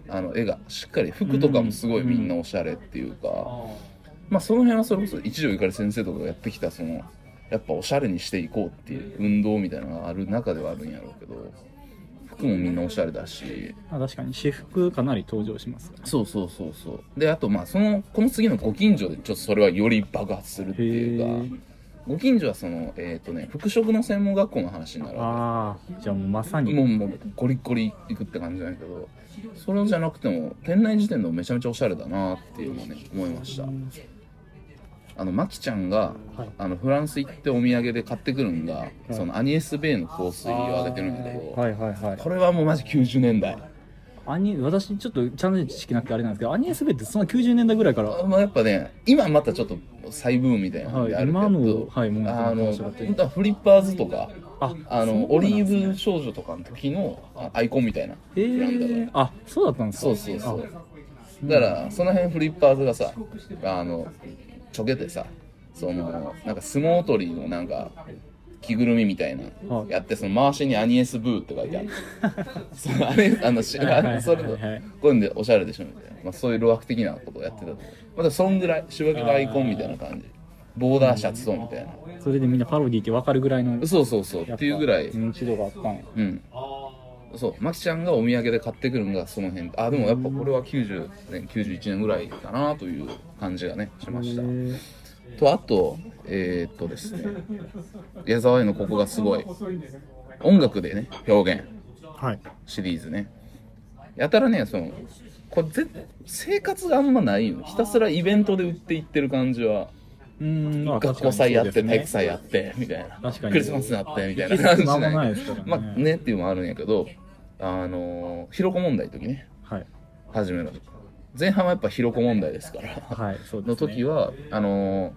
S3: あの、絵がしっかり。服とかもすごい
S2: うん
S3: みんなおしゃれっていうか。まあその辺はそれこそ一条ゆかり先生とかがやってきた、その、やっぱおしゃれにしていこうっていう運動みたいなのがある中ではあるんやろうけど、服もみんなおしゃれだし、
S2: あ確かに私服かなり登場しますから
S3: そうそうそうそうであとまあそのこの次のご近所でちょっとそれはより爆発するっていうかご近所はそのえっ、とね服飾の専門学校の話になるわ
S2: ああじゃあもうまさに
S3: けもうもうゴリッゴリ行くって感じなんだけどそれじゃなくても店内時点でもめちゃめちゃおしゃれだなっていうのをね思いましたあのまきちゃんが、
S2: はい
S3: あのフランス行ってお土産で買ってくるんが、そのアニエス・ベイの香水をあげてるんだけど、
S2: はいはいはい
S3: これはもうマジ90年代
S2: アニ私ちょっとチャンネル知識なくてあれなんですけどアニエスベってその90年代ぐらいから
S3: まあ、やっぱね今またちょっと再ブームみたいなのであるけど、
S2: はい今のはいもう
S3: あの
S2: 面白かった
S3: 本当はフリッパーズとか
S2: あ
S3: あ
S2: そうなんです
S3: の
S2: ね
S3: オリーブ少女とかの時のあアイコンみたいな
S2: ええ
S3: ブランドが、
S2: あそうだったんですか
S3: そうそうそうだからその辺フリッパーズがさあのちょけてさそのなんか相撲取りのなんか着ぐるみみたいな、
S2: はい
S3: やってその回しに「アニエス・ブー」って書
S2: *laughs*
S3: いてあるそのあれあのし
S2: はいはいはいは
S3: あ
S2: い
S3: それこういうんでおしゃれでしょみたいな、まあ、そういう路惑的なことをやってたとまあでもそんぐらい仕分けがアイコンみたいな感じボーダーシャツとみたいな
S2: あそれでみんなパロディって分かるぐらいの
S3: そうそうそうっていうぐらい
S2: 認知度があったんや
S3: うんそうマキちゃんがお土産で買ってくるのがその辺あでもやっぱこれは90年91年ぐらいかなという感じがねしました
S2: へえ
S3: とあとえーっとです
S2: *laughs*
S3: ね矢沢へのここがすごい音楽でね表現
S2: はい
S3: シリーズねやたらねそのこれぜ生活があんまないよひたすらイベントで売っていってる感じは
S2: うーんまあ
S3: 学校祭やって、
S2: 確か
S3: 体育
S2: にそうですね
S3: 祭やってみたいな
S2: 確かに
S3: クリスマスやってみたいな
S2: 行
S3: 感じ
S2: き過ぎ間も
S3: な
S2: ないいですからね
S3: まあねっていうのもあるんやけどあのーひろこ問題の時ね
S2: はい
S3: 初めの前半はやっぱひろこ問題ですから
S2: はいそうですね
S3: の時はあのー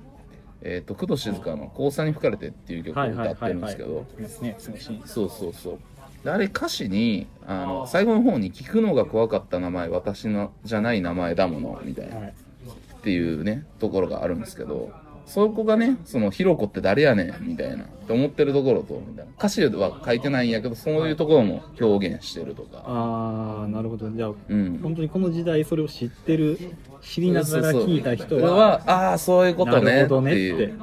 S3: えっ、と工藤静香の「交差に吹かれて」っていう曲を
S2: はいは
S3: 歌
S2: い
S3: って
S2: はい
S3: るんで
S2: は
S3: す
S2: い
S3: けど
S2: ですねそのシーン
S3: そうそうそうであれ歌詞にあの最後の方に「聞くのが怖かった名前私のじゃない名前だもの」みたいな
S2: はい
S3: っていうねところがあるんですけどそこがねその「ひろこって誰やねん」みたいなって思ってるところとみたいな歌詞は書いてないんやけどそういうところも表現してるとか
S2: ああなるほどじゃあ、
S3: うん
S2: 本当にこの時代それを知ってる知りながら聞いた人
S3: は
S2: は
S3: ああそういうこと
S2: なる
S3: ねっ
S2: ほ
S3: て
S2: どねって
S3: いう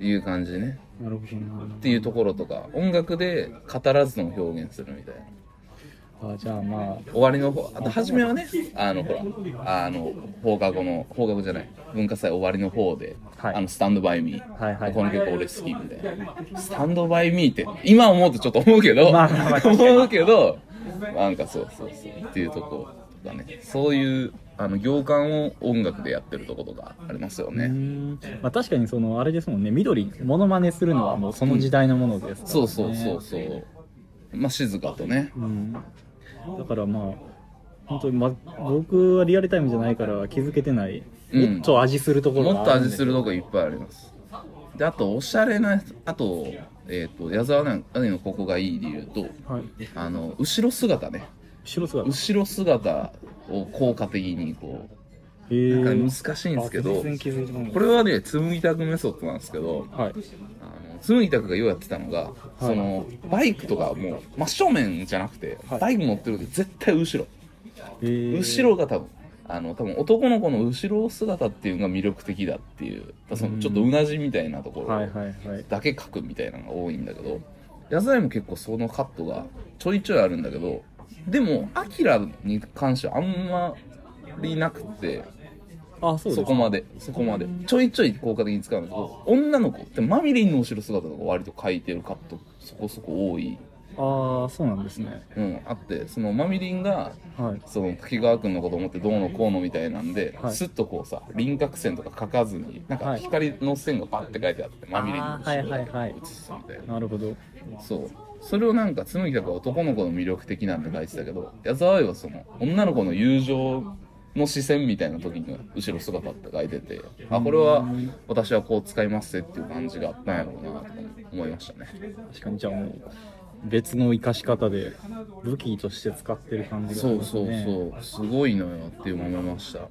S3: いう感じでね
S2: なるほどな
S3: っていうところとか音楽で語らずとも表現するみたいな
S2: あじゃあまあ
S3: 終わりの方あと初めはねあのほらあの放課後の放課後じゃない文化祭終わりの方で「
S2: はい
S3: あのスタンドバイミー」
S2: はいはい
S3: この曲俺好き」みたいな「スタンドバイミー」って今思うとちょっと思うけど、
S2: まあまあまあ確かに
S3: 思うけどなんかそうそうそうっていうとことかねそういうあの行間を音楽でやってるとことかありますよね、
S2: うーんまあ、確かにそのあれですもんね緑モノマネするのはもうその時代のものですからね、
S3: そうそうそうそう。まあ、静かとね。
S2: うん、だからまあ本当に、ま、僕はリアルタイムじゃないから気づけてない、
S3: うん
S2: もっと味するところ
S3: もっと味す
S2: る
S3: るとこいっぱいあります。で、あと、おしゃれな、あと、えっ、と、矢沢なんかのここがいい理由と、
S2: はい
S3: あの、後ろ姿ね。
S2: 後ろ姿
S3: 後ろ姿を効果的にこ
S2: へ
S3: う、
S2: え
S3: なんか難しいんですけど、
S2: 全然気づいてない
S3: これはね、紡ぎたくメソッドなんですけど、
S2: はい
S3: あの紬拓がようやってたのが、そのバイクとかもう真正面じゃなくて、
S2: はい
S3: バイク乗ってる時絶対後ろ
S2: へえ
S3: 後ろが多分あの多分男の子の後ろ姿っていうのが魅力的だっていうそのちょっとうなじみたいなとこ
S2: はい
S3: ろ
S2: はいはい
S3: だけ描くみたいなのが多いんだけど野菜も結構そのカットがちょいちょいあるんだけどでもアキラに関してはあんまりなくて
S2: あそうです
S3: そこまでそこまでちょいちょい効果的に使うんだけど女の子ってマミリンの後ろ姿とか割と描いてるカットそこそこ多い、
S2: ああそうなんですね
S3: うん、あってそのマミリンが
S2: はい
S3: その滝川君のこと思ってどうのこうのみたいなんで、
S2: はい
S3: スッとこうさ輪郭線とか描かずになんか
S2: はい
S3: 光の線がバッて書いてあって、まみれに後ろ
S2: あーはいはいはい
S3: に映すみたいな、
S2: なるほど
S3: そうそれをなんか紬だから男の子の魅力的なんて書いてたけど矢沢愛はその女の子の友情の視線みたいな時に後ろ姿って書いててあこれは私はこう使いますぜっていう感じがあったんやろうなとか思いましたね
S2: 確かにじゃあもう別の生かし方で武器として使ってる感じがし
S3: そ
S2: ま
S3: う
S2: す
S3: そう
S2: ね
S3: そうすごいのよって思いました
S2: あ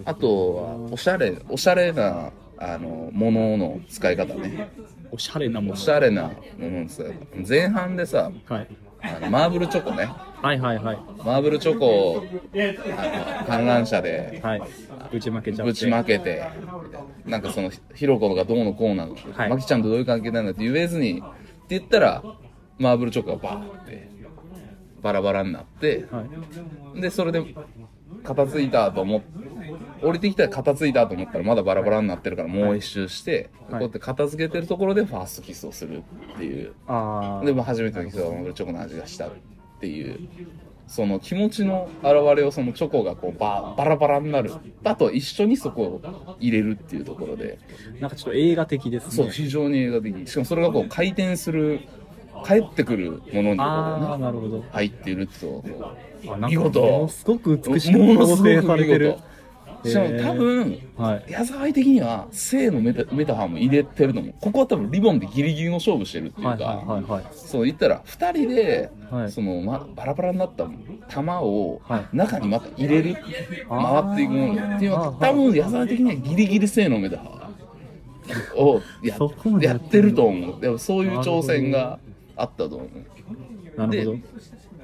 S2: ー
S3: あとはおしゃれおしゃれなあのものの使い方ね
S2: おしゃれなも
S3: お
S2: の
S3: しゃれなものの使い方前半でさ
S2: はい、
S3: あのマーブルチョコね
S2: はいはいはい
S3: マーブルチョコをあの観覧車で
S2: はいぶちまけちゃって
S3: ぶちまけてみたいななんかそのひろことかどうのこうなの、
S2: はい
S3: マキちゃんとどういう関係なんだって言えずにって言ったらマーブルチョコがバーってバラバラになって
S2: はい
S3: でそれで片付いたと思っ降りてきたら片付いたと思ったらまだバラバラになってるからもう一周して、
S2: い
S3: こうやって片付けてるところでファーストキスをするっていう
S2: ああ
S3: でまあ初めてのキスはマグロチョコの味がしたっていうその気持ちの表れをそのチョコがこうババラバラになるだと一緒にそこを入れるっていうところで
S2: なんかちょっと映画的ですね
S3: そう非常に映画的しかもそれがこう回転する帰ってくるものに
S2: ああ
S3: こうね
S2: なるほど
S3: 入っているっていうとこ
S2: あなんか
S3: 見事
S2: ものすごく美しく
S3: もの
S2: 構
S3: すごく
S2: 成されてる
S3: しかも多分
S2: はい
S3: 矢沢愛的には性のメタメタファーも入れてると思うここは多分リボンでギリギリの勝負してるっていうか、
S2: はいはいはいはい
S3: そう言ったら2人で、
S2: はい
S3: そのま、バラバラになった玉を
S2: はい
S3: 中にまた入れる、
S2: あー
S3: 回っていくものっていうのは
S2: あー
S3: 多分矢沢的にはギリギリ性のメタファ
S2: *laughs*
S3: ーをや
S2: そこまで
S3: や
S2: や
S3: っ
S2: ってて
S3: る
S2: る
S3: と思うでもそういう挑戦があったと思う
S2: なるほ
S3: で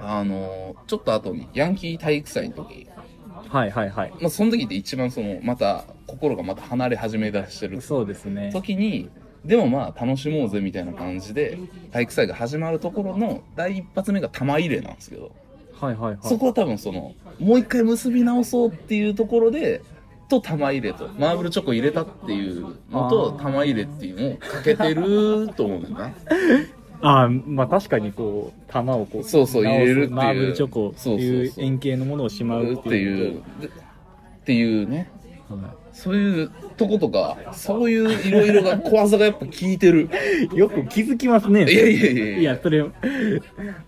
S3: あのちょっと後にヤンキー体育祭の時
S2: どはいはいはい
S3: まあ、その時って一番そのまた心がまた離れ始めだしてる
S2: そうですね
S3: 時にでもまあ楽しもうぜみたいな感じで体育祭が始まるところの第一発目が玉入れなんですけど
S2: はいはいはい
S3: そこは多分そのもう一回結び直そうっていうところでと玉入れとマーブルチョコ入れたっていうのと
S2: あー
S3: 玉入れっていうのをかけてると思うんだよな
S2: ああまあ確かにこう玉をこう
S3: そうそう入れるっていう
S2: マーブルチョコってい
S3: そう
S2: う
S3: そうそう
S2: 円形のものをしまう
S3: っ
S2: ってて
S3: い
S2: いうう
S3: でっていうね
S2: は
S3: そういうとことかそういういろいろが小技がやっぱ効いてる
S2: いよく気づきますね
S3: いやいやいやいや
S2: いやそれ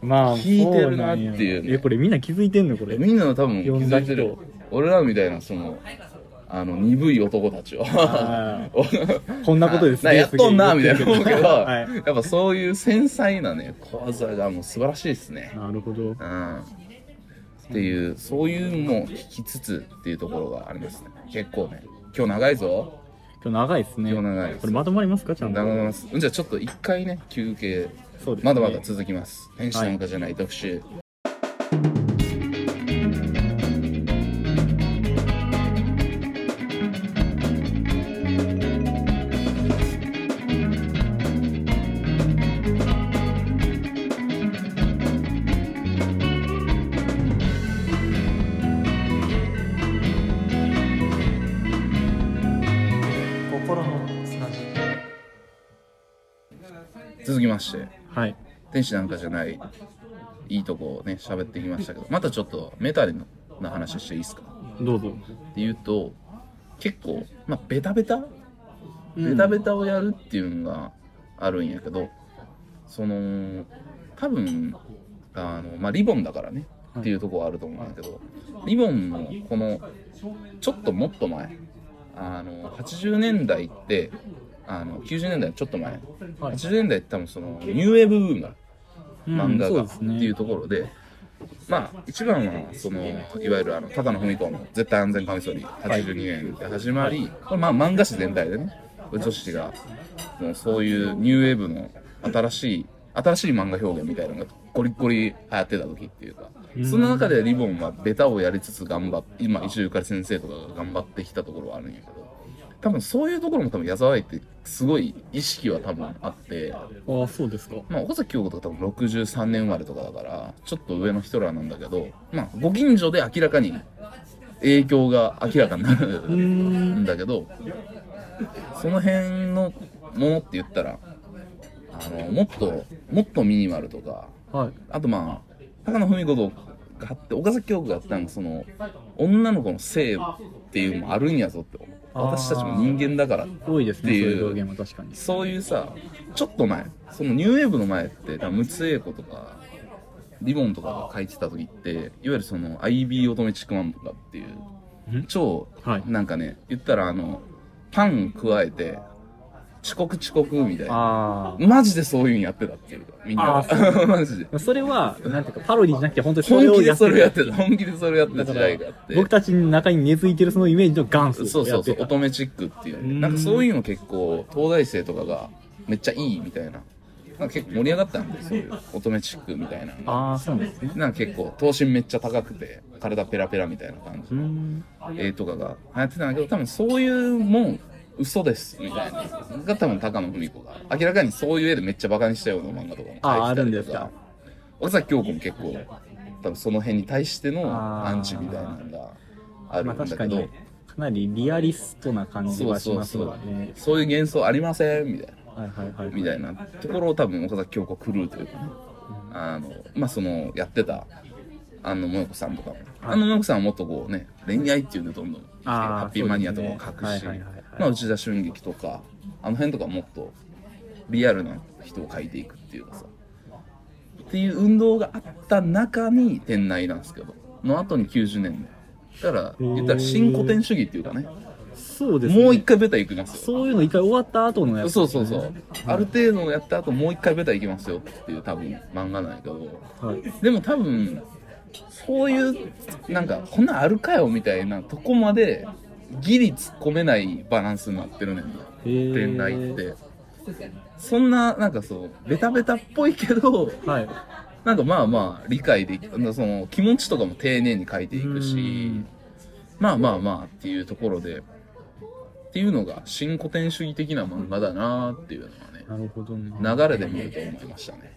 S2: まあ
S3: 聞いてるなっていうね
S2: そなんやえこれみんな気づいてんのこれ
S3: みんな多分気
S2: 呼ん
S3: づ
S2: だ
S3: いて
S2: 人
S3: る俺らみたいなそのあの鈍い男たちを
S2: あ
S3: *laughs*
S2: ーこんなことです
S3: な
S2: ね
S3: やっとんなみたいな思うけど、
S2: はい
S3: やっぱそういう繊細なね小技がもう素晴らしいですね
S2: なるほど
S3: うんっていうそういうのも聞きつつっていうところがありますね結構ね今日長いぞ
S2: 今日長いですね
S3: 今日長いです
S2: これまとまりますかちゃんと
S3: 長めますじゃあちょっと一回ね休憩
S2: そうですね
S3: まだまだ続きます天使なんかじゃない特集、
S1: 心のつなぎ
S3: 続きまして
S2: はい
S3: 天使なんかじゃないいいとこをね喋ってきましたけどまたちょっとメタルな話していいですか
S2: どうぞ
S3: っていうと結構まあベタベタベタベタをやるっていうのがあるんやけど、その多分あの、まあ、リボンだからね
S2: はい
S3: っていうところあると思うんだけど、リボンのこのちょっともっと前あの80年代ってあの90年代のちょっと前
S2: はい
S3: 80年代って多分そのニューウェーブブーム漫画
S2: うんそ
S3: が
S2: う
S3: っ
S2: です
S3: て
S2: ね
S3: いうところで,、まあ一番はそのいわゆるあのただの文子の絶対安全カミソリ82年で始まり、これまあ漫画誌全体でね女子がもうそういうニューウェーブの新しい新しい漫画表現みたいなのがゴリゴリ流行ってた時っていうか
S2: うん
S3: そんな中でリボンはベタをやりつつ頑張っ今一流から先生とかが頑張ってきたところはあるんやけど多分そういうところも多分矢沢愛ってすごい意識は多分あって
S2: ああそうですか
S3: まあ、尾崎京子とか多分63年生まれとかだから、ちょっと上の人らなんだけど、まあ、ご近所で明らかに影響が明らかにな
S2: うー
S3: る
S2: ん
S3: んだけど、その辺のものって言ったら、あの、もっと、もっとミニマルとか、
S2: はい
S3: あとまあ、高野文子とがあって、岡崎京子があったんかその、女の子の性っていうのもあるんやぞって、
S2: あー
S3: 私たちも人間だから
S2: 多いです
S3: っ
S2: ね
S3: て
S2: そう
S3: いう
S2: いう表現は確かに、
S3: そういうさ、ちょっと前、そのニューウェーブの前って、多分ムツエイコとか、リボンとかが書いてた時って、いわゆるその IB 乙女チクマンとかっていうん超、
S2: はい
S3: なんかね、言ったらあの、パン加えて、遅刻遅刻みたいな。
S2: あ
S3: マジでそういうのやってたっていうか、みんな
S2: あー
S3: が。 *laughs* マジで。
S2: あそれはなんていうかパロディじゃなくて本当にそれを
S3: 本気で
S2: やっ
S3: そ
S2: て
S3: れをや
S2: る
S3: ってた。本気でそれをやってた時代があって。
S2: 僕たちの中に根付いてるそのイメージの元祖
S3: そうそ
S2: や
S3: う
S2: って
S3: そう
S2: た
S3: 乙女チックっていうね
S2: うん
S3: なんかそういうの結構東大生とかがめっちゃいいみたいななんか結構盛り上がったんでそういう乙女チックみたいなのが
S2: ああそうなんですね
S3: なんか結構頭身めっちゃ高くて体ペラペラみたいな感
S2: うー
S3: じの
S2: ん
S3: 絵とかが流行ってたんだけど多分そういうもん嘘ですみたいなのが多分高野文子が明らかにそういう絵でめっちゃバカにしたような漫画とかも
S2: あー
S3: 描いてたりと
S2: あるんですか
S3: 尾崎京子も結構多分その辺に対しての
S2: あー
S3: アンチみたいなのがある
S2: まあ
S3: んだ
S2: 確か
S3: けど、
S2: にかなりリアリストな感じはしますわね
S3: そういう幻想ありませんみたい
S2: はいはいはい
S3: なみたいなところを多分岡崎京子クルーというかねあのまあそのやってた安野萌子さんとかも安野萌子さんはもっとこうね恋愛っていうのどんどん
S2: あー
S3: ハッピーマニアとかを書くし、
S2: そうですねはいはいはいはい
S3: まあ、内田俊劇とかあの辺とかもっとリアルな人を書いていくっていうかさっていう運動があった中に店内なんですけどの後に90年代だから言ったら新古典主義っていうかね
S2: そうですね
S3: もう一回ベタ行きますよ
S2: そういうの一回終わった後のやつ
S3: そうそうそう。ある程度やった後、もう一回ベタ行きますよっていう多分漫画なんやけど。
S2: はい
S3: でも多分、そういう、なんか、こんなんあるかよみたいなとこまで、ギリ突っ込めないバランスになってるねんな。
S2: へー
S3: 店内って。そんな、なんかそう、ベタベタっぽいけど、
S2: はい
S3: なんかまあまあ理解できその気持ちとかも丁寧に書いていく
S2: う
S3: し
S2: ん、
S3: まあまあまあっていうところで、っていうのが新古典主義的な漫画だなっていう
S2: な
S3: の
S2: るほどね
S3: はね、流れで見ると思いましたね。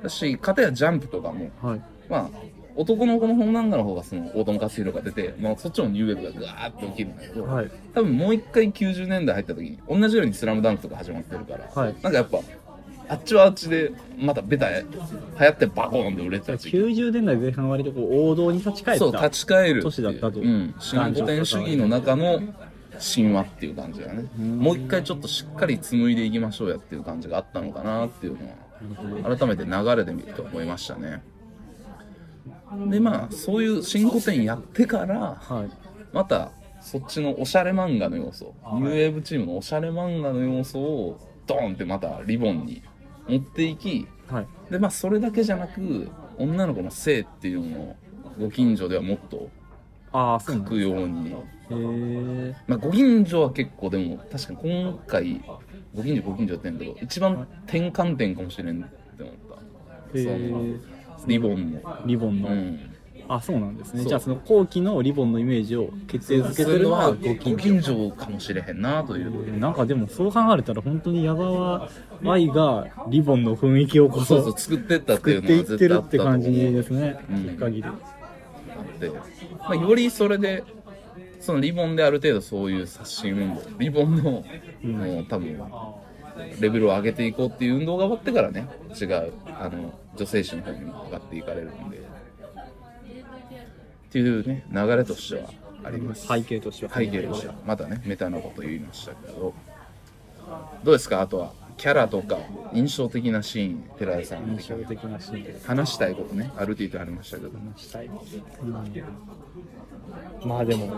S3: だし、片やジャンプとかも、
S2: はい
S3: まあ、男の子の本漫画の方がその大友克洋が出て、まあそっちもニューウェーブがガーッと起きるんだけど、
S2: はい
S3: 多分もう一回90年代入った時に同じように「スラムダンクとか始まってるから、
S2: はい
S3: なんかやっぱあっちはあっちでまたベタ流行ってバコーンで売れてた時期
S2: 90年代前半割とこう王道に立ち返った
S3: そう立ち返る
S2: 年だったと
S3: うん新古典主義の中の神話っていう感じがねもう一回ちょっとしっかり紡いでいきましょうやっていう感じがあったのかなっていうのは改めて流れで見ると思いましたねでまあそういう新古典やってから
S2: はい
S3: またそっちのおしゃれ漫画の要素ニューウェーブチームのおしゃれ漫画の要素をドーンってまたリボンに持っていき
S2: はい
S3: でまあそれだけじゃなく女の子の性っていうのをご近所ではもっと
S2: ああそう
S3: 書
S2: なんだ
S3: くように、
S2: へー
S3: まあ、ご近所は結構でも確かに今回ご近所ご近所って言うんだけど一番転換点かもしれんって思った
S2: へ
S3: その
S2: ー
S3: リボンも
S2: リボンの、
S3: うん
S2: あそうなんですね
S3: そう
S2: じゃあその後期のリボンのイメージを決定づ
S3: そ
S2: け
S3: うい
S2: て
S3: う
S2: る
S3: の
S2: のは
S3: はご
S2: ご近
S3: 近所かもしれへんなという
S2: 所なんかでもそう考えれたら本当に矢沢愛がリボンの雰囲気をこ
S3: そう
S2: そ
S3: そう作ってったってい
S2: 作っ
S3: うの
S2: てい
S3: は
S2: っ
S3: 絶
S2: て
S3: 対
S2: る
S3: あっ
S2: った
S3: と
S2: て
S3: 思う
S2: 感じですね
S3: うん
S2: 聞く限り
S3: で、まあ、よりそれでそのリボンである程度そういう刷新運動リボンの、もう多分レベルを上げていこうっていう運動が終わってからね違うあの女性誌の方にも上がっていかれるんでっていうね流れとしてはあります
S2: 背景としては
S3: 背景としてはまたねメタなこと言いましたけどどうですかあとはキャラとか印象的なシーン寺井さん
S2: 印象的なシーンです
S3: 話したいことねある程度ありましたけど
S2: したい、まあでも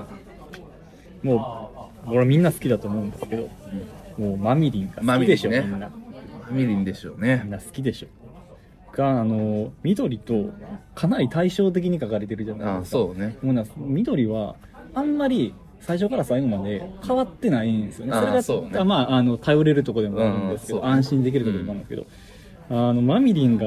S2: もう俺みんな好きだと思うんですけど、もうマミリンが
S3: マ
S2: 好
S3: ミ
S2: き
S3: リンね
S2: でしょ、みんな
S3: ミリンでしょう
S2: みん
S3: ね
S2: な好きでしょがあの緑とかなり対照的に描かれてるじゃない
S3: ああ
S2: ですか
S3: そうね
S2: もうな緑はあんまり最初から最後まで変わってないんですよね
S3: ああ
S2: それが
S3: そうね
S2: まああの頼れるとこでもあるんですけど、
S3: うんうんそう
S2: 安心できるとこでもあるんですけど、あのマミリンが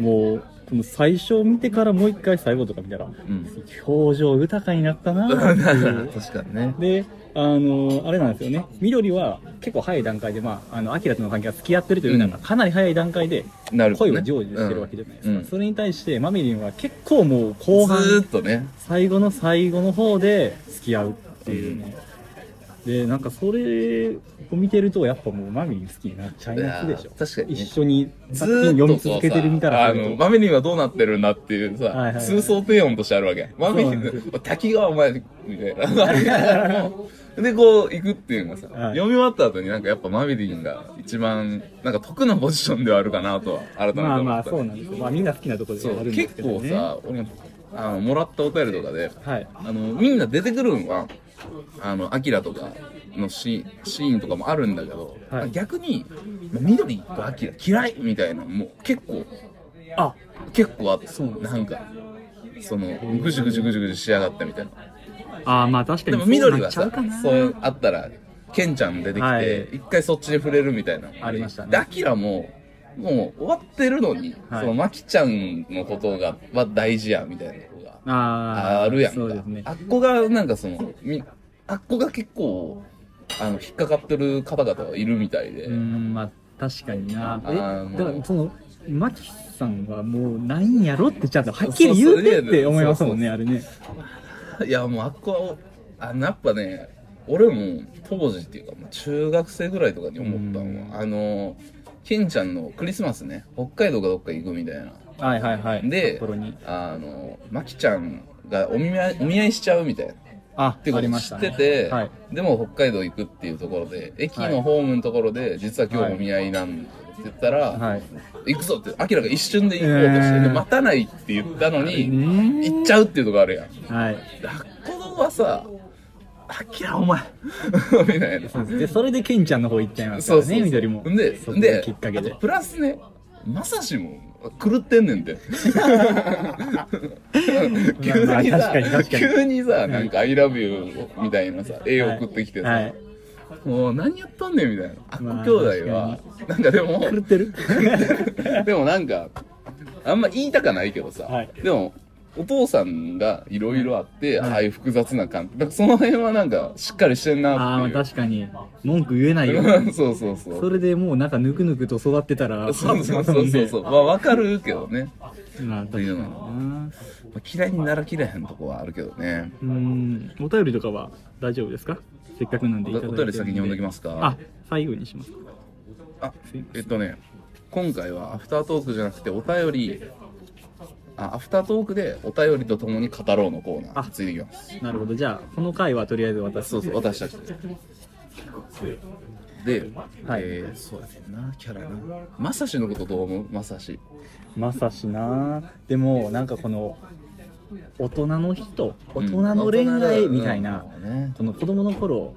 S2: もうこの最初見てからもう一回最後とか見たら、
S3: ん
S2: 表情豊かになったなぁっていう
S3: *laughs* 確かにね。
S2: であのあれなんですよね緑は結構早い段階でまああのアキラとの関係が付き合ってるというなんか、
S3: うん
S2: かなり早い段階で
S3: なるほど
S2: 恋
S3: ね
S2: は成就してるわけじゃないですか、
S3: うんうん
S2: それに対してマミリンは結構もう後半
S3: ずーっとね。
S2: 最後の最後の方で付き合うっていうね、でなんかそれを見てるとやっぱもうマミリン好きになっちゃいますでしょ
S3: いやー確かにね
S2: 一緒に
S3: ず
S2: 作品
S3: ーっ
S2: 読
S3: と
S2: み続けてるみたいな
S3: あの、マミリンはどうなってるんだっていう
S2: はいはい
S3: さ
S2: は、い
S3: 通想提案としてあるわけ。マミリ
S2: そうなんです
S3: ン、滝川お前、みたいな。もうで、こう、行くっていうのがさ、
S2: はい
S3: 読み終わった後になんかやっぱマミリンが一番、なんか得なポジションではあるかなとは、改めて思った。
S2: まあまあそうなんですよまあみんな好きなところで
S3: そ
S2: はあ
S3: う
S2: るんです
S3: 結
S2: けど、ね、
S3: 構さ、俺も、あの、もらったお便りとかで、
S2: はい
S3: あの、みんな出てくるんは、あの、アキラとかのシーンシーンとかもあるんだけど、
S2: はい
S3: 逆に、緑とアキラ嫌いみたいなのも結構、
S2: あ
S3: 結構あって、
S2: そうなんです
S3: なんか、その、ぐじゅぐじゅぐじゅぐじゅしやがったみたいな。
S2: あーまあ確か
S3: で
S2: に
S3: も緑は
S2: そうな
S3: さ
S2: っちゃうかな、
S3: そうあったら、ケンちゃん出てき
S2: は
S3: て
S2: い、
S3: 一回そっちに触れるみたいな。
S2: ありましたね
S3: で、アキラも、もう終わってるのに、
S2: はい
S3: その、マキちゃんのことが、は大事や、みたいなのが。
S2: あー
S3: あるやんか。
S2: そうですね
S3: あっこが、なんかその、み、あっこが結構、あの、引っかかってる方々がいるみたいで。
S2: うーんまあ確かにな
S3: あ
S2: え
S3: ー
S2: だからそのマキさんはもうないんやろってちゃんとはっきり言うてって思いますもんねあれね
S3: いや、もうあっこは、あの、やっぱね、俺も当時っていうか、もう中学生ぐらいとかに思った
S2: う
S3: の
S2: ん
S3: は、あの、ケンちゃんのクリスマスね、北海道かどっか行くみたいな。
S2: はいはいはい
S3: で
S2: ところに、
S3: あの、マキちゃんがお見合いお見合いしちゃうみたいな。
S2: あ
S3: って
S2: あ
S3: こ
S2: り
S3: と
S2: ま
S3: を
S2: し
S3: 知
S2: た
S3: っ
S2: ね
S3: てて、
S2: はい
S3: でも北海道行くっていうところで、駅のホームのところで、実は今日お見合いなんだって言ったら、
S2: はい
S3: 行くぞって、アキラが一瞬で行こうとして、
S2: えー
S3: で待たないって言ったのに、
S2: うん
S3: 行っちゃうっていうところあるやん。
S2: はい
S3: であっこのはさ、アキラお前 *laughs* みたいな。
S2: そうですでそれでケンちゃんの方行っちゃいますか
S3: そう
S2: ら
S3: そ
S2: ね
S3: うそう。
S2: 緑も
S3: んで、
S2: そこ
S3: ん
S2: が
S3: で、
S2: きっかけで
S3: あとプラスね、まさしも狂ってんね
S2: *laughs*
S3: んて。急
S2: まあ
S3: にさ
S2: 確かに確、かに
S3: 急にさ、なんか I love you みたいなさ、絵を送ってきて
S2: は
S3: さ
S2: い、
S3: もう何やっとんねんみたいな。あっこ
S2: まあ
S3: 兄弟は、なんかでも、
S2: 狂ってる
S3: *laughs* でもなんか、あんま言いたかないけどさ、
S2: はい
S3: でも、お父さんがいろいろあって、
S2: はい
S3: ああいう複雑な感じ。だからその辺はなんか、しっかりしてんなってい
S2: *laughs*
S3: う。
S2: ああ確かに文句言えないよ
S3: *laughs* そうそうそう。
S2: それでもうなんかぬくぬくと育ってたら
S3: そうそうそうそうそう。まあ、わかるけどね。ま
S2: *laughs* まあ確かにな
S3: あ嫌いになら嫌いなとこはあるけどね。
S2: うんお便りとかは大丈夫ですかせっかくなんで
S3: お
S2: いただいてる
S3: お
S2: ん
S3: 便り先に読んできます
S2: あ
S3: か。
S2: 最後にします
S3: あ、えっとね、今回はアフタートークじゃなくて、お便り、あ、アフタートークでお便りとともに語ろうのコーナ
S2: あ
S3: ー、ついていきます。
S2: なるほどじゃあこの回はとりあえず私
S3: そうそう、私たちで。で、
S2: はい
S3: えー、そうやねんな、キャラな。まさしのことどう思うまさし。
S2: まさしなでもなんかこの大人の人大人の恋愛みたいな、
S3: うんね
S2: この子供の頃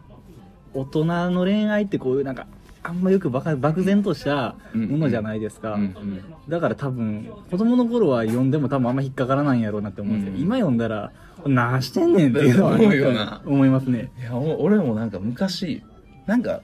S2: 大人の恋愛ってこういうなんかあんまよくばか漠然としたものじゃないですか、
S3: うんうん
S2: だから多分子供の頃は読んでも多分あんま引っかからないんやろうなって思うんですけど、
S3: うん
S2: 今読んだら「何してんねん」っていうのはあります
S3: 思うよな
S2: 思いますね
S3: いやお俺もなんか昔なんか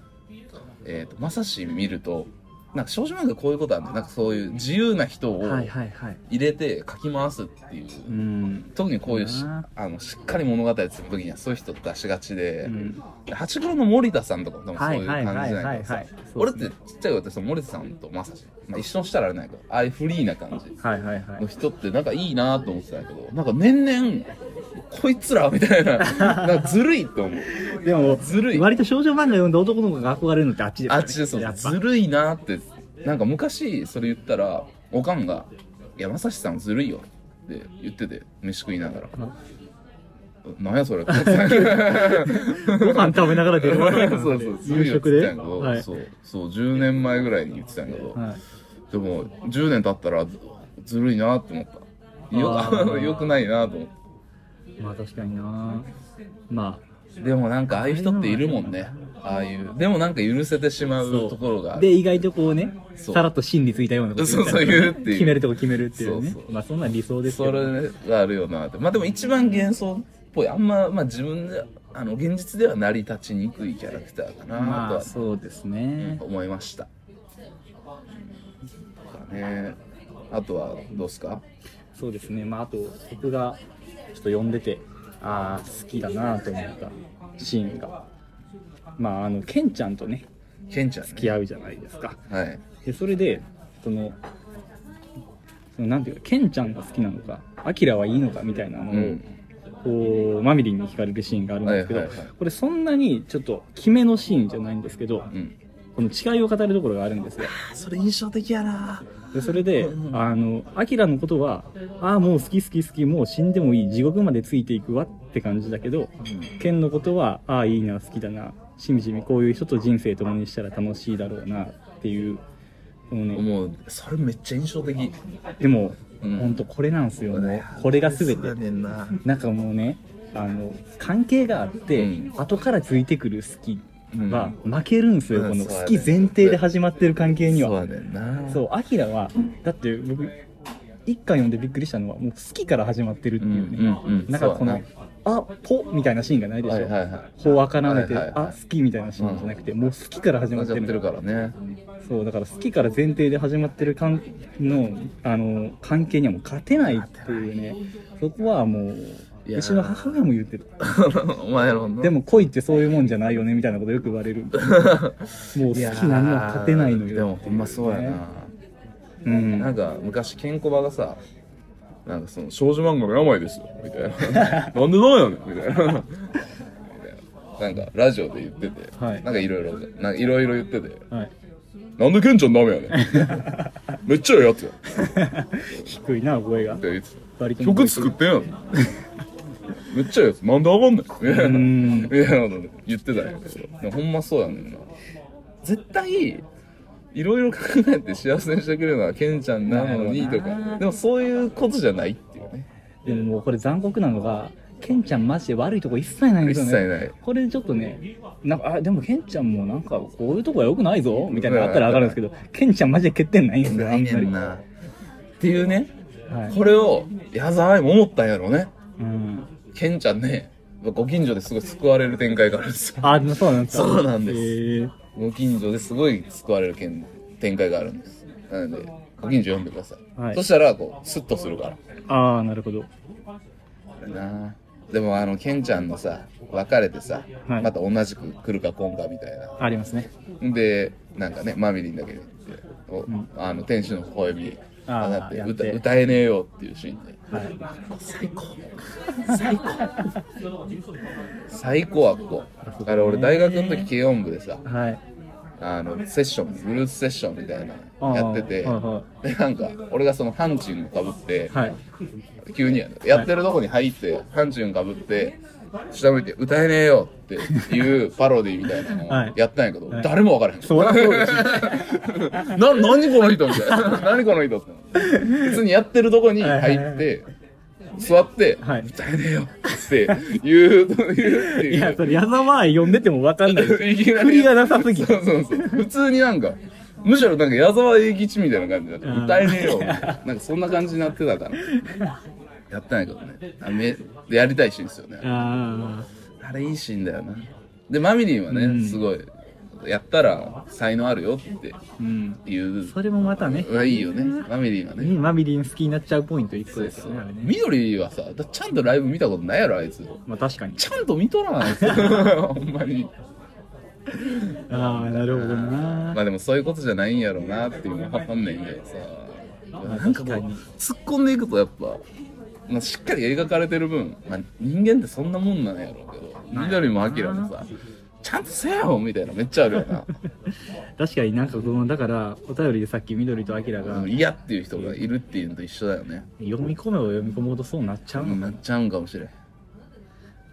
S3: えっ、とまさし見るとなんか少女漫画こういうことあるんだよなんかそういう自由な人を
S2: はい
S3: 入
S2: はいはい
S3: れて書き回すっていう、
S2: うん、
S3: 特にこういうし
S2: な
S3: あのしっかり物語する時にはそういう人出しがちで、
S2: うん、
S3: 八九郎の森田さんとかも多分そう
S2: はいいうは
S3: 感
S2: い
S3: じじゃ
S2: はい
S3: な
S2: はいい
S3: けど
S2: は
S3: さ
S2: い
S3: 俺ってちっちゃい頃ってその森田さんとまさし、まあ、一緒にしたらあれないけどああいうフリーな感じ
S2: はいはいはい
S3: *laughs* の人ってなんかいいなと思ってたんやけどなんか年々こいつらみたいななんかずるい
S2: *laughs*
S3: と思う
S2: でも
S3: ずるい
S2: 割と少女漫画読んだ男の子が憧れるのってあっちです
S3: あ
S2: よね
S3: っちそう
S2: やっぱ
S3: ずるいなってなんか昔それ言ったらおかんが「いやまさしさんずるいよ」って言ってて飯食いながら「なんやそれ」って
S2: ご飯食べながら出る
S3: *laughs* そうそうずる
S2: *laughs* 夕
S3: いよって
S2: 食
S3: 言
S2: で
S3: ってたんやけど、
S2: はい
S3: そうそう10年前ぐらいに言ってたんやけど、
S2: はい
S3: でも10年経ったらずずるいなって思った
S2: あー
S3: *laughs* よよくないなと思っ
S2: まあ確かになま
S3: たでもなんかああいう人っているもんねああいうでもなんか許せてしま
S2: そう
S3: うところがあ
S2: あ
S3: る
S2: で意外とこうね
S3: そう
S2: さらっと真理ついたようなこと言ったり
S3: *laughs* そうそう言うってい
S2: *laughs*
S3: う
S2: 決めるとこ決めるっていうね
S3: そうそう
S2: まあそんなん理想ですけ
S3: そ
S2: ど
S3: れがあるよなってまあでも一番幻想っぽいあんま、まあ、自分であの現実では成り立ちにくいキャラクターかなと
S2: まあ
S3: は
S2: そうですね、
S3: 思いました、ねあとはどうっすか
S2: そうですねまああと僕がちょっと読んでてああ好きだなと思ったシーンがまああのケンちゃんとね
S3: ケンちゃん、ね、
S2: 付き合うじゃないですか
S3: はい
S2: でそれでそのそのなんていうかケンちゃんが好きなのかアキラはいいのかみたいなのを、
S3: うん
S2: こうマミリンに惹かれるシーンがあるんですけど、
S3: はいはいはい
S2: これそんなにちょっと決めのシーンじゃないんですけど、
S3: うん
S2: この違いを語るところがあるんですよ
S1: それ印象的やな
S2: でそれであのアキラのことはああもう好き好き好きもう死んでもいい地獄までついていくわって感じだけど、ケンのことはああいいな好きだなしみじみこういう人と人生共にしたら楽しいだろうなっていうこのね
S3: もうそれめっちゃ印象的
S2: でも、
S3: うん
S2: ほんとこれなんですよね。これが全
S1: そうや
S2: て。
S1: ねんな
S2: なんかもうね、あの、関係があって、
S3: うん
S2: 後からついてくる好きは負けるんですよ、
S3: うん
S2: この
S3: そうやね
S2: 好き前提で始まってる関係に
S3: そう
S2: は。
S3: やねんな
S2: そう、アキラは、だって僕、一巻読んでびっくりしたのは、もう好きから始まってるっていうね。
S3: うんうんうん
S2: なんかこの
S3: そう、
S2: あ、ぽみたいなシーンがないでしょ。
S3: はいはいはい
S2: こうあからめて、
S3: はいはいはい
S2: あ、好きみたいなシーンじゃなくて、もう好きから始まっ
S3: 始
S2: て
S3: ま
S2: る
S3: ってるからね
S2: そうだから好きから前提で始まってるかんのあの関係にはもう勝てないっていうねそこはも
S3: いうやー
S2: うちの母親も言ってた
S3: *laughs* お前らの
S2: でも恋ってそういうもんじゃないよねみたいなことよく言われ
S3: *laughs*
S2: るもう好きなのは勝てないのよ
S3: でもほんまそうやな、
S2: うん
S3: なんか昔ケンコバがさなんかその少女漫画の病ですよみたい
S2: *laughs*
S3: ななんでなんやねんみたいなみたいななんかラジオで言ってて、
S2: はい
S3: なんかいろいろなんかいろいろ言ってて
S2: はい
S3: なんでケンちゃん
S2: *laughs*
S3: ダメやねんめっちゃええやつやって
S2: 低いな声が
S3: 言って
S2: バリ
S3: た
S2: キン
S3: 曲作ってんやろ
S2: *laughs*
S3: めっちゃええやつなんであかんねんみたいな
S2: うん
S3: み *laughs* たいなこと言ってたんやけどでもほんまそうやねんな絶対いろいろ考えて幸せにしてくれるのはケンちゃんなのにと
S2: なるほど
S3: か
S2: な
S3: でもそういうことじゃないっていうね
S2: でももうこれ残酷なのがケンちゃんマジで悪いとこ一切ないんですよね
S3: 一切ない
S2: これちょっとねなんかあでもケンちゃんもなんかこういうとこは良くないぞみたいなのあったら分かるんですけどケンちゃんマジで欠点ないんですよあんまり
S3: っていうね
S2: はい
S3: これを矢沢も思ったんやろね
S2: うん、
S3: ケンちゃんねご近所ですごい救われる展開があるんですよ
S2: あそうなんですか
S3: そうなんです
S2: へー
S3: ご近所ですごい救われるけん展開があるんですなのでご近所読んでください、
S2: はい
S3: そしたらこうスッとするから
S2: ああなるほど
S3: だなでもあのケンちゃんのさ別れてさ、
S2: はい
S3: また同じく来るか来んかみたいな
S2: ありますね
S3: でなんかねマミリンだけでっておあの天使の微笑み
S2: あー
S3: 上がって
S2: やって
S3: 歌歌えねえよっていうシーンで
S2: はい
S3: 最高最高最高あっこあれ俺大学の時軽音部でさ
S2: はい
S3: あのセッショングルースセッションみたいな
S2: あー
S3: やってて
S2: はいは
S3: でなんか俺がそのハンチングかぶって、
S2: はい
S3: 急にやなやってるとこに入って、ハンチュンかぶって、下向いて歌えねえよっていうパロディみたいな
S2: は
S3: の
S2: い
S3: をやったんやけど、
S2: はい
S3: 誰もわからへん。
S2: そりゃそうでしょ
S3: な、何この人みたいな。何この人って。別にやってるとこに入
S2: はいは
S3: っ
S2: いは
S3: て、座って、
S2: はい
S3: 歌えねえよって言う、言うっていう。
S2: いやそれ矢沢愛読んでても分
S3: *laughs*
S2: かんないです
S3: いきなり
S2: 振りがなさすぎて
S3: そうそうそう。普通になんか、むしろなんか矢沢永吉みたいな感じだった。
S2: うん
S3: 歌えねえよ。なんかそんな感じになってたから。やったんやけどね。あめでやりたいシーンですよね。
S2: あ
S3: あれいいシーンだよな。で、マミリンはね、
S2: うん
S3: すごい、やったら才能あるよっ
S2: あうん
S3: ていう
S2: それもまたね
S3: のがいいよね。マミリンは
S2: ね
S3: ね。
S2: マミリン好きになっちゃうポイント一個ですよねあれね
S3: 緑はさ、だちゃんとライブ見たことないやろ、あいつ。
S2: まあ確かに
S3: ちゃんと見とら
S2: *laughs*
S3: ん、あいつ。ほんまに。
S2: ああなるほどな
S3: まあでもそういうことじゃないんやろうなっていうのはわかんないんだよさ。
S2: まあ確かに
S3: 突っ込んでいくとやっぱ、まあ、しっかり描かれてる分、まあ、人間ってそんなもんなんやろうけど緑も明もさちゃんとせえよみたいなめっちゃあるよな
S2: 確かになんかこのだからお便りでさっき緑とアキラ
S3: あ
S2: が
S3: の嫌っていう人がいるっていうのと一緒だよね
S2: 読み込めば読み込もうとそうなっちゃうの
S3: なっちゃうんかもしれん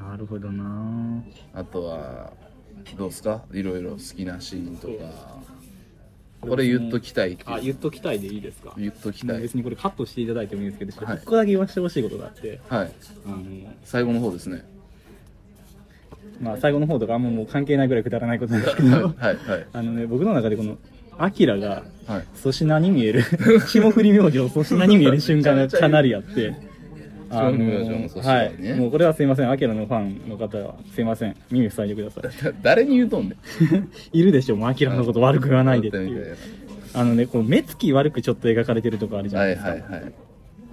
S2: なるほどな
S3: あとはどうですかいろいろ好きなシーンとかこれ言っときたいっていう
S2: あ言っときたいでいいですか
S3: 言っときたい
S2: 別にこれカットしていただいてもいいんですけどちょっと
S3: はい
S2: 一個だけ言わせてほしいことがあって、
S3: はい
S2: あの
S3: 最後の方ですね
S2: まあ最後の方とかあんまもう関係ないぐらいくだらないことなんですけ
S3: は
S2: ど
S3: いはい
S2: あのね僕の中でこのアキラが
S3: はい
S2: 粗品に見える *laughs* 霜降り明星を粗品に見える瞬間がかなりあって
S3: 霜降り明星の粗品ね
S2: はい、もうこれはすいませんアキラのファンの方はすいません耳塞いでください *laughs*
S3: 誰に言うとんねん
S2: いるでしょもうアキラのこと悪く言わないでって
S3: だって
S2: い
S3: み
S2: う
S3: たいな
S2: あのね、こう目つき悪くちょっと描かれてるとこあるじゃな
S3: はいい
S2: ですか。
S3: はいはい。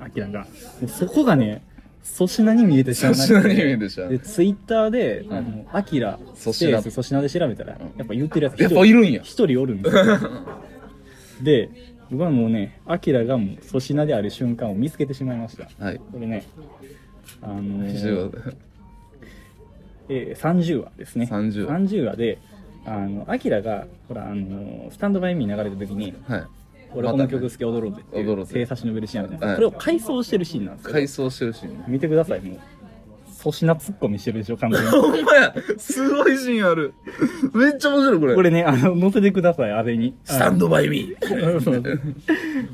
S2: アキラが。もうそこがね、粗品に見えてしまう。
S3: 粗品に見えてしまう
S2: で、ツイッターで、
S3: ん
S2: あの、アキラ、
S3: 粗品
S2: スペース、粗品で調べたら、
S3: ん
S2: やっぱ言ってるやつ
S3: やっぱいるんや。
S2: 一人おるんですよ。
S3: *laughs*
S2: で、僕はもうね、アキラがもう粗品である瞬間を見つけてしまいました。
S3: はい。
S2: これね、あの
S3: 非
S2: ー
S3: 常
S2: えー、30話ですね。
S3: 30話
S2: 30話で、あの、アキラが、ほら、あのースタンドバイミー流れた時に、
S3: はい。
S2: 俺はこの曲好き踊ろうぜってい
S3: 踊ろう
S2: う、
S3: ぜ
S2: 正差しのべるシーンあるじゃない
S3: は
S2: で
S3: い
S2: すか。それを回想してるシーンなんですよ。
S3: 改装してるしね。
S2: 見てください、もう。粗品ツッコミしてるでしょ、完
S3: *laughs*
S2: 全に。
S3: ほんまやすごいシーンある。めっちゃ面白い、これ。
S2: これね、あの、載せてください、あれに。
S3: スタンドバイミー。
S2: そう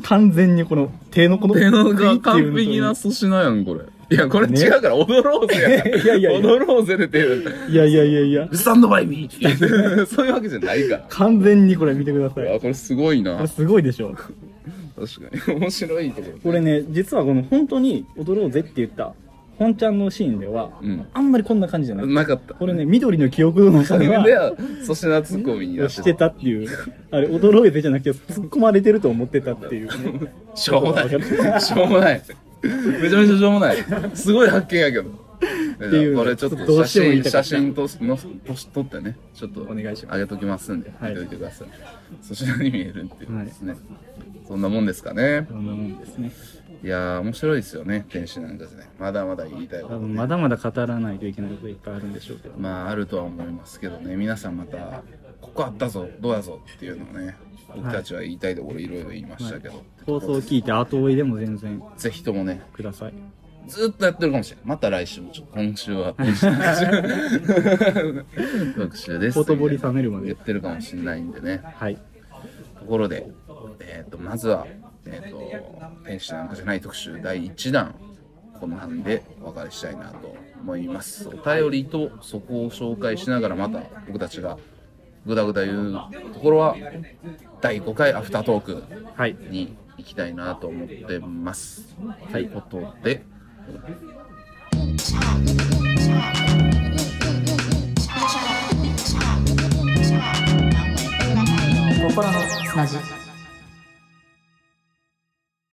S2: 完全にこの手のこの
S3: 手のが
S2: ピッ
S3: 完
S2: てい
S3: 璧
S2: うの
S3: な
S2: と
S3: 粗品やん、これ。いや、これ
S2: ね
S3: 違うから、踊ろうぜや。
S2: いやいやいや
S3: 踊ろうぜでていう。
S2: いやいやいやいや
S3: スタンドバイミーそういうわけじゃないから。
S2: 完全にこれ見てください
S3: あ、これすごい
S2: こ
S3: な
S2: れ。すごいでしょ
S3: 確かに。面白いところ。
S2: これね実はこの本当に「踊ろうぜ」って言った本ちゃんのシーンでは、
S3: うん
S2: あんまりこんな感じじゃない
S3: なかった。
S2: これね緑の記憶の中
S3: で
S2: では
S3: は、粗品ツッコミになっ
S2: して
S3: てた。
S2: たっていうあれ「踊ろうぜ」じゃなくて突っ込まれてると思ってたっていうね、
S3: しょうもない。 *laughs* しょうもない。めちゃめちゃしょうもない。すごい発見や
S2: *laughs*
S3: けど。
S2: ていう
S3: これちょっ
S2: ど
S3: と
S2: うして
S3: 写
S2: も言い
S3: 真、
S2: たか
S3: 写
S2: った
S3: 真とのとし撮ってね、ちょっとお
S2: 願いします
S3: あげときますんで、
S2: はい
S3: 見といてください。そちらに見えるっていうことですね。そんなもんですかね
S2: そ。んなもんですね
S3: いやー、面白いですよね、天使なんかですね。まだまだ言いたいこ
S2: 多
S3: と。
S2: 分まだまだ語らないといけないこといっぱいあるんでしょうけど、
S3: まあ、あるとは思いますけどね、皆さんまた、ここあったぞ、どうやぞっていうのをね、僕たちは言いたいところいろいろ言いましたけど、
S2: 放送を聞いて後追いでも全然
S3: ぜひともね、
S2: ください
S3: ずっとやってるかもしれない。また来週も、ちょっと今週
S2: *laughs*
S3: は、今週特集です。
S2: ほとぼり冷めるまで
S3: 言ってるかもしれないんでね。
S2: はい
S3: ところで、えっ、と、まずは、えっ、と、天使なんかじゃない特集第1弾、この辺でお別れしたいなと思います。お便りとそこを紹介しながら、また僕たちがぐだぐだ言うところは、第5回アフタートーク
S2: はい
S3: に行きたいなと思ってます。ということで、
S4: 心の砂地。